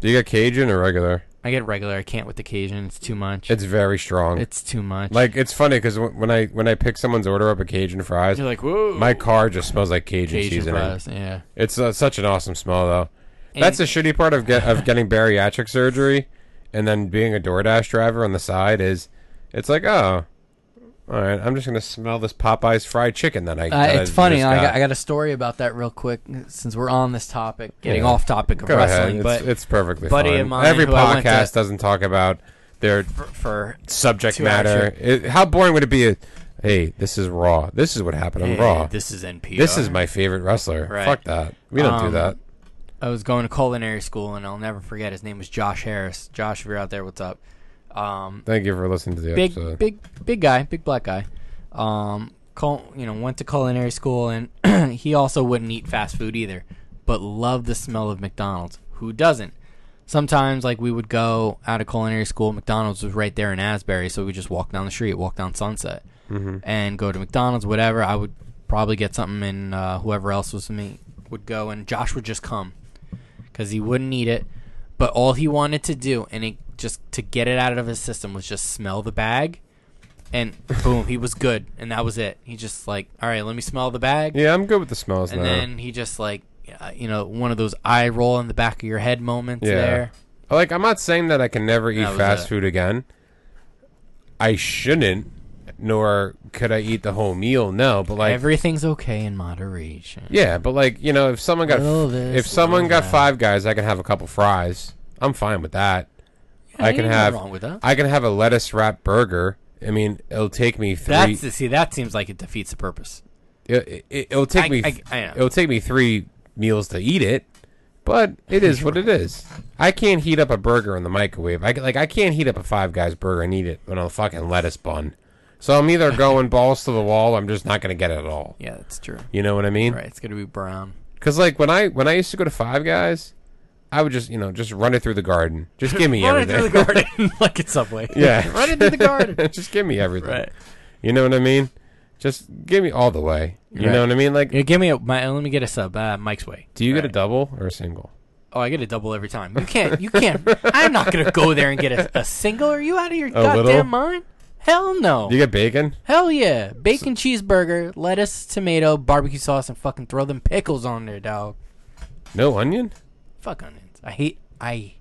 Speaker 4: Do you get Cajun or regular?
Speaker 5: I get regular. I can't with the Cajun. It's too much.
Speaker 4: It's very strong.
Speaker 5: It's too much.
Speaker 4: Like it's funny because when I when I pick someone's order up a Cajun fries,
Speaker 5: you're like whoa.
Speaker 4: my car just smells like Cajun,
Speaker 5: Cajun
Speaker 4: seasoning.
Speaker 5: fries. Yeah.
Speaker 4: It's uh, such an awesome smell though. That's the
Speaker 5: And-
Speaker 4: shitty part of get of getting bariatric surgery, and then being a DoorDash driver on the side is, it's like oh, all right, I'm just gonna smell this Popeyes fried chicken that I.
Speaker 5: Uh,
Speaker 4: that
Speaker 5: it's funny.
Speaker 4: just
Speaker 5: I got, I got a story about that real quick since we're on this topic, getting
Speaker 4: Yeah.
Speaker 5: off topic of
Speaker 4: Go ahead.
Speaker 5: wrestling.
Speaker 4: It's,
Speaker 5: But
Speaker 4: it's perfectly
Speaker 5: buddy
Speaker 4: fine.
Speaker 5: of mine
Speaker 4: Every
Speaker 5: who I went
Speaker 4: podcast
Speaker 5: to-
Speaker 4: doesn't talk about their
Speaker 5: for
Speaker 4: subject
Speaker 5: Two
Speaker 4: matter. It, how boring would it be? If, hey, this is Raw. This is what happened on
Speaker 5: hey,
Speaker 4: Raw.
Speaker 5: eh, this is NPR.
Speaker 4: This is my favorite wrestler.
Speaker 5: Right.
Speaker 4: Fuck that. We don't do
Speaker 5: Um,
Speaker 4: that.
Speaker 5: I was going to culinary school, and I'll never forget. His name was Josh Harris. Josh, if you're out there, what's up? Um,
Speaker 4: Thank you for listening to the
Speaker 5: big,
Speaker 4: episode.
Speaker 5: big, big guy, big black guy. Um, cul you know, went to culinary school, and he also wouldn't eat fast food either, but loved the smell of McDonald's. Who doesn't? Sometimes, like we would go out of culinary school, McDonald's was right there in Asbury, so we just walk down the street, walk down Sunset, and go to McDonald's. Whatever, I would probably get something, and uh, whoever else was with me would go, and Josh would just come because he wouldn't eat it. But all he wanted to do, and it just to get it out of his system, was just smell the bag, and boom, he was good, and that was it. He just like, all right, let me smell the bag,
Speaker 4: Yeah, I'm good with the smells
Speaker 5: and
Speaker 4: now.
Speaker 5: then he just like, uh, you know, one of those eye roll in the back of your head moments
Speaker 4: Yeah.
Speaker 5: there.
Speaker 4: like, I'm not saying that I can never eat
Speaker 5: That was
Speaker 4: fast
Speaker 5: it.
Speaker 4: food again. I shouldn't, nor could I eat the whole meal. No, but like,
Speaker 5: Everything's okay in moderation.
Speaker 4: yeah, but like, you know, if someone got
Speaker 5: Little this,
Speaker 4: if someone
Speaker 5: little
Speaker 4: got
Speaker 5: that.
Speaker 4: five guys, I can have a couple fries. I'm fine with that. I
Speaker 5: ain't
Speaker 4: can
Speaker 5: nothing
Speaker 4: have
Speaker 5: wrong with that.
Speaker 4: I can have a lettuce wrap burger. I mean, it'll take me three.
Speaker 5: That's see, that seems like it defeats the purpose.
Speaker 4: it, it, it'll take
Speaker 5: I-
Speaker 4: me
Speaker 5: I- I know.
Speaker 4: it'll take me three meals to eat it but it is what it is i can't heat up a burger in the microwave i ca- like i can't heat up a five guys burger and eat it on a fucking lettuce bun so i'm either going balls to the wall or i'm just not going to get it at all
Speaker 5: Yeah, that's true.
Speaker 4: you know what i mean
Speaker 5: Right, it's gonna be brown.
Speaker 4: because like when i when i used to go to five guys i would just you know just run it through the garden just give me
Speaker 5: Run it
Speaker 4: everything
Speaker 5: through the garden like it's Subway.
Speaker 4: yeah
Speaker 5: run it through the garden.
Speaker 4: just give me everything
Speaker 5: Right.
Speaker 4: you know what i mean just give me all the way you
Speaker 5: Right.
Speaker 4: know what i mean like
Speaker 5: Yeah, give me a my, let me get a sub. Uh, Mike's way.
Speaker 4: do you get a double or a single
Speaker 5: Oh, I get a double every time. You can't. You can't. I'm not gonna go there and get a, a single. Are you out of your goddamn
Speaker 4: Oh, little?
Speaker 5: mind? Hell no.
Speaker 4: do you get bacon
Speaker 5: Hell yeah. Bacon cheeseburger, lettuce, tomato, barbecue sauce, and fucking throw them pickles on there, dog.
Speaker 4: No onion?
Speaker 5: Fuck onions. I hate. I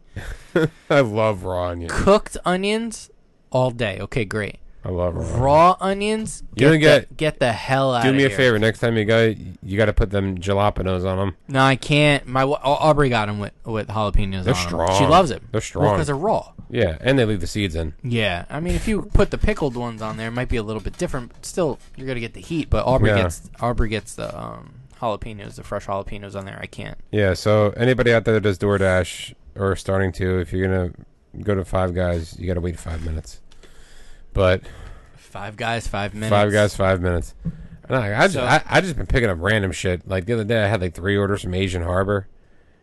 Speaker 4: I love raw onion.
Speaker 5: cooked onions all day. Okay, great.
Speaker 4: I love raw. onion.
Speaker 5: Raw onions.
Speaker 4: You don't
Speaker 5: the-
Speaker 4: get-
Speaker 5: get the hell out.
Speaker 4: Do
Speaker 5: of
Speaker 4: me a
Speaker 5: here.
Speaker 4: favor. Next time you go, you got to put them jalapenos on them.
Speaker 5: No, I can't. My wa- Au- Aubrey got them with with jalapenos.
Speaker 4: They're
Speaker 5: on 'em.
Speaker 4: strong.
Speaker 5: She loves it.
Speaker 4: They're strong.
Speaker 5: because they're raw.
Speaker 4: Yeah, and they leave the seeds in.
Speaker 5: Yeah, I mean, if you put the pickled ones on there, it might be a little bit different. But still, you're gonna get the heat. But Aubrey
Speaker 4: Yeah.
Speaker 5: gets Aubrey gets the um, jalapenos, the fresh jalapenos on there. I can't.
Speaker 4: Yeah. So anybody out there that does DoorDash or starting to, if you're gonna go to Five Guys, you got to wait five minutes. But
Speaker 5: Five guys, five minutes.
Speaker 4: Five Guys, five minutes. And I, I just,
Speaker 5: So-
Speaker 4: I, I just been picking up random shit. Like the other day, I had like three orders from Asian Harbor,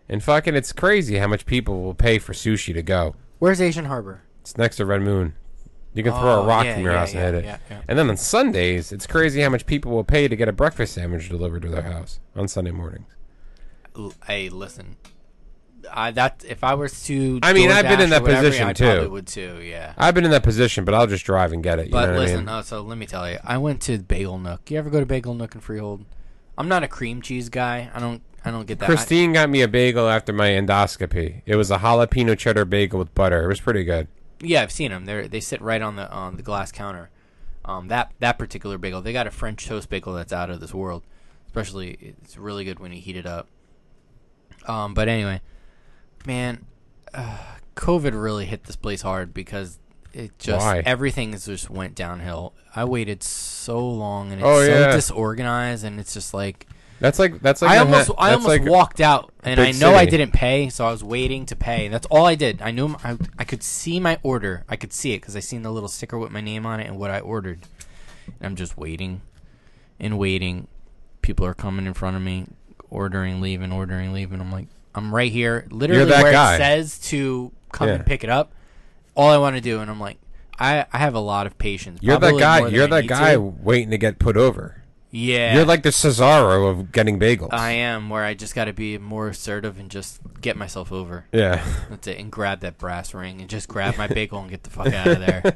Speaker 4: and fucking, it's crazy how much people will pay for sushi to go.
Speaker 5: Where's Asian Harbor?
Speaker 4: It's next to Red Moon. You can throw
Speaker 5: Oh,
Speaker 4: a rock
Speaker 5: yeah,
Speaker 4: from your
Speaker 5: yeah,
Speaker 4: house
Speaker 5: yeah,
Speaker 4: and hit it.
Speaker 5: yeah, yeah.
Speaker 4: And then on Sundays, it's crazy how much people will pay to get a breakfast sandwich delivered to their house on Sunday mornings.
Speaker 5: L- Hey, listen. I that if I was to,
Speaker 4: I mean, I've been in
Speaker 5: DoorDash or
Speaker 4: that
Speaker 5: whatever,
Speaker 4: position,
Speaker 5: I probably
Speaker 4: too.
Speaker 5: would too. Yeah.
Speaker 4: I've been in that position, but I'll just drive and get it. You know
Speaker 5: But
Speaker 4: what
Speaker 5: listen,
Speaker 4: I mean?
Speaker 5: uh, so let me tell you, I went to Bagel Nook. You ever go to Bagel Nook in Freehold? I'm not a cream cheese guy. I don't. I don't get that. I-
Speaker 4: Christine got me a bagel after my endoscopy. It was a jalapeno cheddar bagel with butter. It was pretty good.
Speaker 5: Yeah, I've seen them. They they sit right on the on the glass counter. Um, that that particular bagel, they got a French toast bagel that's out of this world. Especially, it's really good when you heat it up. Um, but anyway, man, uh, COVID really hit this place hard because it just
Speaker 4: Why?
Speaker 5: everything is just went downhill. I waited so long and it's
Speaker 4: Oh,
Speaker 5: so
Speaker 4: yeah.
Speaker 5: disorganized and it's just like
Speaker 4: That's like that's like
Speaker 5: I
Speaker 4: Manha-
Speaker 5: almost I
Speaker 4: that's
Speaker 5: almost
Speaker 4: like-
Speaker 5: walked out, and
Speaker 4: big
Speaker 5: I know I
Speaker 4: city.
Speaker 5: didn't pay, so I was waiting to pay. That's all I did. I knew m- I, I could see my order. I could see it because I seen the little sticker with my name on it and what I ordered. And I'm just waiting and waiting. People are coming in front of me, ordering, leaving, ordering, leaving. I'm like, I'm right here, literally
Speaker 4: that
Speaker 5: where
Speaker 4: guy.
Speaker 5: it says to come
Speaker 4: Yeah.
Speaker 5: and pick it up. All I want to do, and I'm like, I, I have a lot of patience.
Speaker 4: You're that
Speaker 5: probably
Speaker 4: guy.
Speaker 5: more than
Speaker 4: You're
Speaker 5: I
Speaker 4: that
Speaker 5: need
Speaker 4: guy
Speaker 5: to.
Speaker 4: waiting to get put over.
Speaker 5: Yeah,
Speaker 4: You're like the Cesaro of getting bagels.
Speaker 5: I am where I just got to be more assertive and just get myself over.
Speaker 4: yeah,
Speaker 5: That's it, and grab that brass ring and just grab my bagel and get the fuck out of there.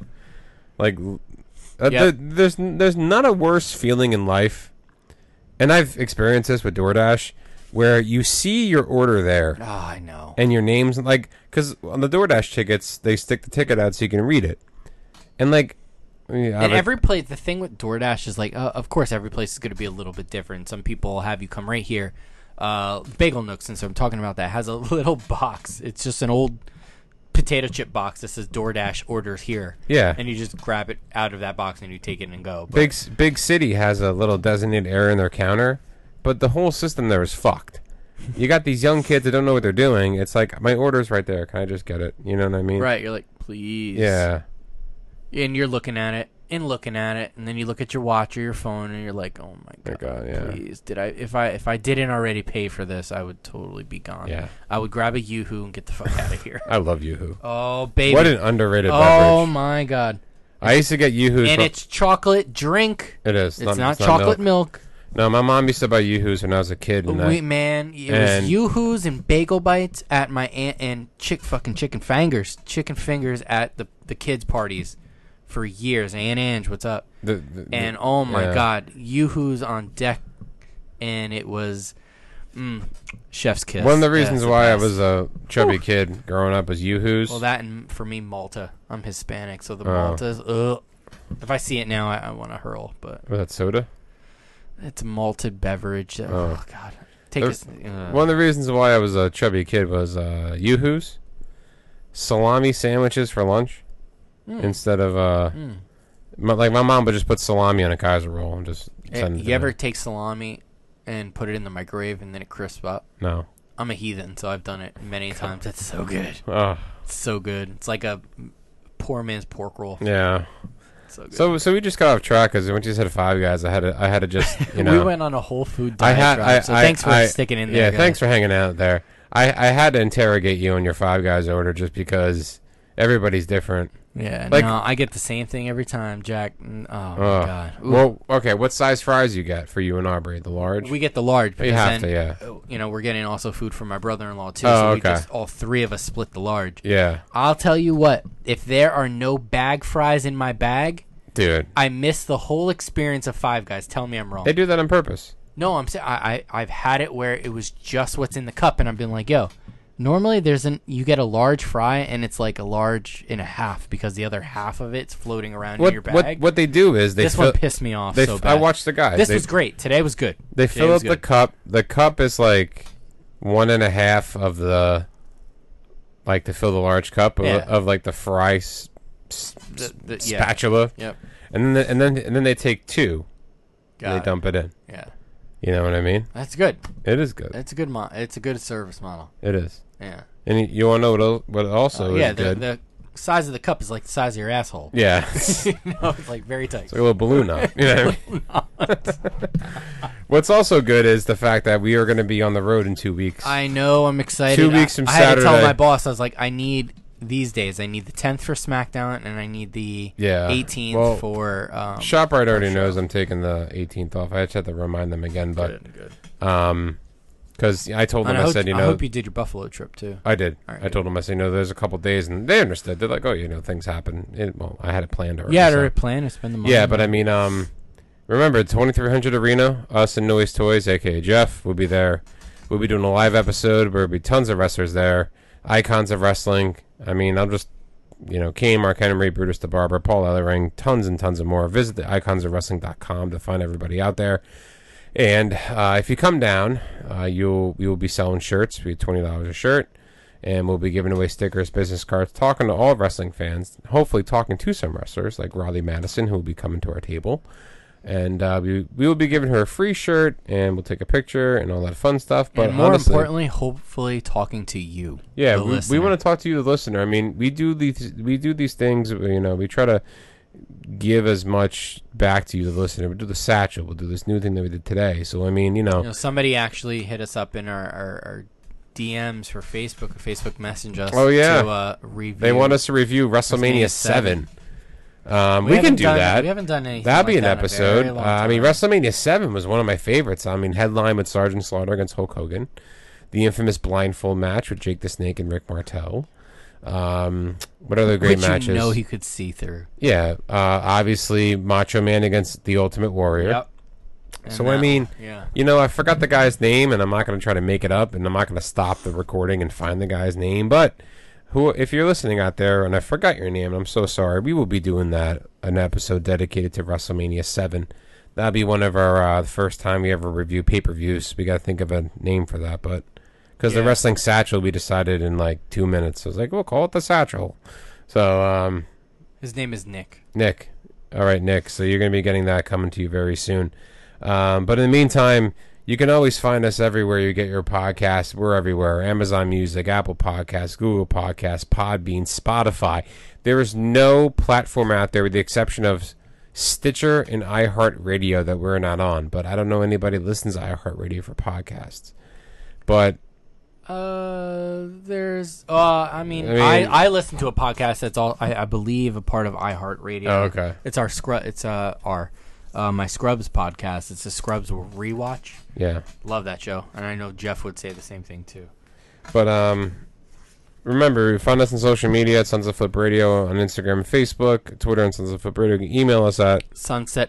Speaker 4: like uh,
Speaker 5: Yep.
Speaker 4: there- there's there's not a worse feeling in life, and I've experienced this with DoorDash, where you see your order there
Speaker 5: Oh, I know.
Speaker 4: and your names like because on the DoorDash tickets they stick the ticket out so you can read it, and like I mean, I've-
Speaker 5: And every place, the thing with DoorDash is like, uh, of course, every place is going to be a little bit different. Some people will have you come right here. Uh, Bagel Nook, since I'm talking about that, has a little box. It's just an old potato chip box that says DoorDash orders here.
Speaker 4: Yeah.
Speaker 5: And you just grab it out of that box and you take it and go. But
Speaker 4: big c- big city has a little designated area in their counter, but the whole system there is fucked. You got these young kids that don't know what they're doing. It's like my order's right there. Can I just get it? You know what I mean?
Speaker 5: Right, you're like, please.
Speaker 4: Yeah.
Speaker 5: And you're looking at it and looking at it, and then you look at your watch or your phone, and you're like, oh my god,
Speaker 4: God, yeah.
Speaker 5: please, did I? If I if I didn't already pay for this, I would totally be gone.
Speaker 4: Yeah.
Speaker 5: I would grab a YooHoo and get the fuck out of here.
Speaker 4: I love YooHoo.
Speaker 5: oh baby,
Speaker 4: What an underrated
Speaker 5: oh
Speaker 4: beverage.
Speaker 5: my god,
Speaker 4: I used to get YooHoo's.
Speaker 5: and
Speaker 4: from-
Speaker 5: it's chocolate drink.
Speaker 4: it is.
Speaker 5: It's not, chocolate milk.
Speaker 4: No, my mom used to buy YooHoo's when I was a kid, and
Speaker 5: We,
Speaker 4: I,
Speaker 5: man, it
Speaker 4: And-
Speaker 5: was YooHoo's and bagel bites at my aunt and chick fucking chicken fingers, chicken fingers at the the kids' parties for years. Aunt Ange, what's up?
Speaker 4: the, the- the-
Speaker 5: and oh my
Speaker 4: yeah.
Speaker 5: god, Yoo-Hoo's on deck, and it was mm, Chef's Kiss.
Speaker 4: One of the
Speaker 5: That's
Speaker 4: reasons why I
Speaker 5: best.
Speaker 4: was a chubby kid growing up was YooHoo's.
Speaker 5: well, that and for me Malta. I'm Hispanic, so the
Speaker 4: Oh.
Speaker 5: Malta's. Ugh. If I see it now, I, I want to hurl. But
Speaker 4: was that soda?
Speaker 5: it's a malted beverage. that- Oh, god, take
Speaker 4: There's-
Speaker 5: this. Uh,
Speaker 4: One of the reasons why I was a chubby kid was uh, Yoo-Hoo's salami sandwiches for lunch
Speaker 5: Hmm.
Speaker 4: instead of uh,
Speaker 5: Mm.
Speaker 4: my, like my mom would just put salami on a Kaiser roll and just
Speaker 5: eh,
Speaker 4: send it. to
Speaker 5: you ever
Speaker 4: me.
Speaker 5: take salami and put it in the microwave and then it crisps up?
Speaker 4: no?
Speaker 5: I'm a heathen, so I've done it many times. It's so good.
Speaker 4: Oh,
Speaker 5: It's so good. It's like a poor man's pork roll.
Speaker 4: yeah.
Speaker 5: It's so good.
Speaker 4: So so we just got off track because when you said five guys, I had to, I had to just you know
Speaker 5: we went on a whole food
Speaker 4: I
Speaker 5: diet
Speaker 4: had
Speaker 5: drive,
Speaker 4: I,
Speaker 5: so
Speaker 4: I-
Speaker 5: thanks for
Speaker 4: I-
Speaker 5: sticking in there.
Speaker 4: Yeah,
Speaker 5: guys.
Speaker 4: thanks for hanging out there. I I had to interrogate you on your five guys order just because everybody's different.
Speaker 5: Yeah,
Speaker 4: like-
Speaker 5: no, I get the same thing every time, Jack. Mm, Oh
Speaker 4: Ugh.
Speaker 5: my god. Ooh.
Speaker 4: Well, okay. What size fries you get for you and Aubrey? The large.
Speaker 5: we get the large.
Speaker 4: you
Speaker 5: because
Speaker 4: have
Speaker 5: then,
Speaker 4: to, yeah.
Speaker 5: uh, You know, we're getting also food from my brother-in-law too.
Speaker 4: Oh,
Speaker 5: so we
Speaker 4: okay.
Speaker 5: just all three of us split the large.
Speaker 4: yeah,
Speaker 5: I'll tell you what. If there are no bag fries in my bag,
Speaker 4: dude.
Speaker 5: I miss the whole experience of Five Guys. Tell me I'm wrong.
Speaker 4: They do that on purpose.
Speaker 5: No, I'm saying I, I I've had it where it was just what's in the cup, and I've been like, yo. Normally, there's an you get a large fry, and it's like a large and a half because the other half of it's floating around in your
Speaker 4: What what
Speaker 5: bag.
Speaker 4: what they do is they
Speaker 5: this
Speaker 4: fill,
Speaker 5: one pissed me off
Speaker 4: they
Speaker 5: so
Speaker 4: f-
Speaker 5: bad.
Speaker 4: I watched the guys.
Speaker 5: This
Speaker 4: they,
Speaker 5: was great. Today was good.
Speaker 4: They
Speaker 5: Today
Speaker 4: fill up
Speaker 5: was
Speaker 4: the
Speaker 5: good.
Speaker 4: cup. The cup is like one and a half of the like to fill the large cup of,
Speaker 5: Yeah.
Speaker 4: of like the fry s- s-
Speaker 5: The- the- yeah.
Speaker 4: spatula.
Speaker 5: Yep.
Speaker 4: And then and then and then they take two
Speaker 5: Got
Speaker 4: and
Speaker 5: it.
Speaker 4: they dump it in.
Speaker 5: Yeah.
Speaker 4: You know what I mean?
Speaker 5: That's good.
Speaker 4: It is good.
Speaker 5: That's a good. Mo- it's a good service model.
Speaker 4: It is.
Speaker 5: Yeah.
Speaker 4: And you, you want to know what, el- what also
Speaker 5: Oh, yeah.
Speaker 4: is
Speaker 5: The,
Speaker 4: good?
Speaker 5: the size of the cup is like the size of your asshole.
Speaker 4: yeah. it's like
Speaker 5: you know, it's like very tight.
Speaker 4: a little balloon knot. You know what I mean? What's also good is the fact that we are going to be on the road in two weeks.
Speaker 5: I know. I'm excited.
Speaker 4: Two
Speaker 5: I-
Speaker 4: weeks from
Speaker 5: I, had to tell
Speaker 4: Saturday.
Speaker 5: my boss. I was like, I need these days. I need the 10th for SmackDown, and I need the
Speaker 4: Yeah.
Speaker 5: 18th
Speaker 4: Well,
Speaker 5: for. Um,
Speaker 4: Shoprite already knows I'm taking the 18th off. I just had to remind them again, but
Speaker 5: Good, good.
Speaker 4: um, because I told them
Speaker 5: And I,
Speaker 4: I,
Speaker 5: hope,
Speaker 4: said you
Speaker 5: I
Speaker 4: know
Speaker 5: hope you did your Buffalo trip too.
Speaker 4: I did.
Speaker 5: All right,
Speaker 4: I told them I said you know there's a couple days and they understood. They're like oh you know things happen. It, well I had it planned already.
Speaker 5: Yeah, I
Speaker 4: so-
Speaker 5: already planned to spend the money.
Speaker 4: yeah, but I mean um, remember 2300 Arena, us and Noise Toys, aka Jeff, will be there. We'll be doing a live episode where there'll be tons of wrestlers there, icons of wrestling. I mean I'm just you know, Kane, Mark Henry, Brutus the Barber, Paul Ellering, tons and tons of more. Visit the iconsofwrestling.com to find everybody out there. And uh, if you come down, uh, you'll you'll be selling shirts. We have twenty dollars a shirt, and we'll be giving away stickers, business cards, talking to all wrestling fans. Hopefully, talking to some wrestlers like Raleigh Madison, who will be coming to our table. And uh, we we will be giving her a free shirt, and we'll take a picture and all that fun stuff. But
Speaker 5: and more
Speaker 4: honestly,
Speaker 5: importantly, hopefully talking to you.
Speaker 4: yeah,
Speaker 5: the
Speaker 4: we, we
Speaker 5: listener.
Speaker 4: want to talk to you, the listener. I mean, we do these we do these things. You know, we try to give as much back to you, the listener. We do the satchel. We'll do this new thing that we did today. So I mean, you know,
Speaker 5: You know, somebody actually hit us up in our, our, our DMs for Facebook or Facebook Messenger.
Speaker 4: Oh, yeah.
Speaker 5: to, uh, review.
Speaker 4: they want us to review WrestleMania,
Speaker 5: WrestleMania
Speaker 4: 7. Um, we, can
Speaker 5: haven't
Speaker 4: do
Speaker 5: done-
Speaker 4: that.
Speaker 5: We haven't done anything.
Speaker 4: That'd be
Speaker 5: like
Speaker 4: an
Speaker 5: that in a
Speaker 4: episode.
Speaker 5: very long
Speaker 4: Uh, I mean,
Speaker 5: time.
Speaker 4: WrestleMania 7 was one of my favorites. I mean, headline with Sergeant Slaughter against Hulk Hogan, the infamous blindfold match with Jake the Snake and Rick Martel. Um, what other great
Speaker 5: Which
Speaker 4: matches?
Speaker 5: You know he could see through.
Speaker 4: Yeah, uh, obviously Macho Man against the Ultimate Warrior.
Speaker 5: And
Speaker 4: So
Speaker 5: that
Speaker 4: I
Speaker 5: one.
Speaker 4: mean,
Speaker 5: yeah.
Speaker 4: you know, I forgot the guy's name, and I'm not going to try to make it up, and I'm not going to stop the recording and find the guy's name. But who, if you're listening out there, and I forgot your name, I'm so sorry. We will be doing that an episode dedicated to WrestleMania Seven. That'll be one of our uh, first time we ever review pay per views. We got to think of a name for that, but because the
Speaker 5: Yeah.
Speaker 4: wrestling satchel we decided in like two minutes, I was like, we'll call it the satchel. So um,
Speaker 5: His name is Nick.
Speaker 4: Nick. All right, Nick. So you're going to be getting that coming to you very soon. Um, but in the meantime, you can always find us everywhere you get your podcasts. We're everywhere Amazon Music, Apple Podcasts, Google Podcasts, Podbean, Spotify. There is no platform out there, with the exception of Stitcher and iHeartRadio, that we're not on. But I don't know anybody listens to iHeartRadio for podcasts. But
Speaker 5: Uh, there's. Uh, I mean,
Speaker 4: I
Speaker 5: I,
Speaker 4: mean-
Speaker 5: I, listen to a podcast that's all. I, I believe a part of iHeartRadio.
Speaker 4: Oh, okay.
Speaker 5: It's our scrub. It's uh our, uh my Scrubs podcast. It's a Scrubs rewatch.
Speaker 4: yeah.
Speaker 5: Love that show, and I know Jeff would say the same thing too.
Speaker 4: But um, remember, find us on social media at Sons of Flip Radio on Instagram and Facebook, Twitter and Sons of Flip Radio. You can Email us at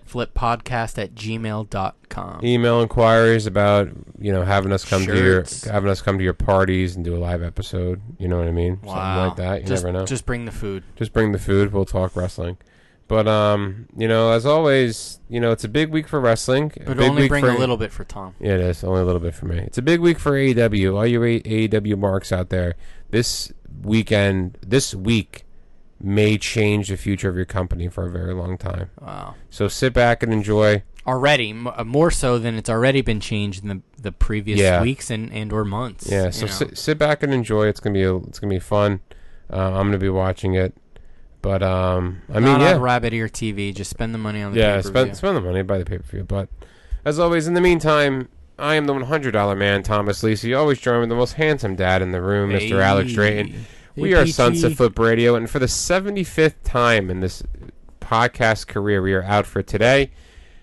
Speaker 5: sunsetflippodcast at gmail.com.
Speaker 4: email inquiries about you know having us come
Speaker 5: Shirts.
Speaker 4: to your having us come to your parties and do a live episode. You know what I mean? Something like that. You
Speaker 5: just,
Speaker 4: never know.
Speaker 5: Just bring the food.
Speaker 4: just bring the food. We'll talk wrestling. But um, you know, as always, you know it's a big week for wrestling. a
Speaker 5: But
Speaker 4: big
Speaker 5: only
Speaker 4: week
Speaker 5: bring
Speaker 4: for
Speaker 5: a little bit for Tom.
Speaker 4: Yeah, it is only a little bit for me. It's a big week for AEW. All you A- AEW marks out there, this weekend, this week may change the future of your company for a very long time.
Speaker 5: Wow.
Speaker 4: So sit back and enjoy.
Speaker 5: Already, m- uh, more so than it's already been changed in the, the previous
Speaker 4: Yeah.
Speaker 5: weeks and, and or months.
Speaker 4: Yeah,
Speaker 5: you
Speaker 4: so
Speaker 5: know.
Speaker 4: sit, sit back and enjoy. It's gonna be a, it's gonna be fun. Uh, I'm gonna be watching it, but um, I mean,
Speaker 5: Not
Speaker 4: yeah,
Speaker 5: on rabbit ear TV. Just spend the money on the
Speaker 4: yeah,
Speaker 5: pay-per-view.
Speaker 4: spend spend the money, buy the pay per view. But as always, in the meantime, I am the one hundred dollar man, Thomas Lisi. Always joined with the most handsome dad in the room, Mr. Alex
Speaker 5: Hey.
Speaker 4: Drayton. We
Speaker 5: Hey,
Speaker 4: are
Speaker 5: PT.
Speaker 4: Sunset Flip Radio, and for the seventy fifth time in this podcast career, we are out for today.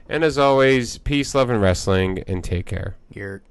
Speaker 4: And as always, peace, love, and wrestling, and take care.
Speaker 5: You're-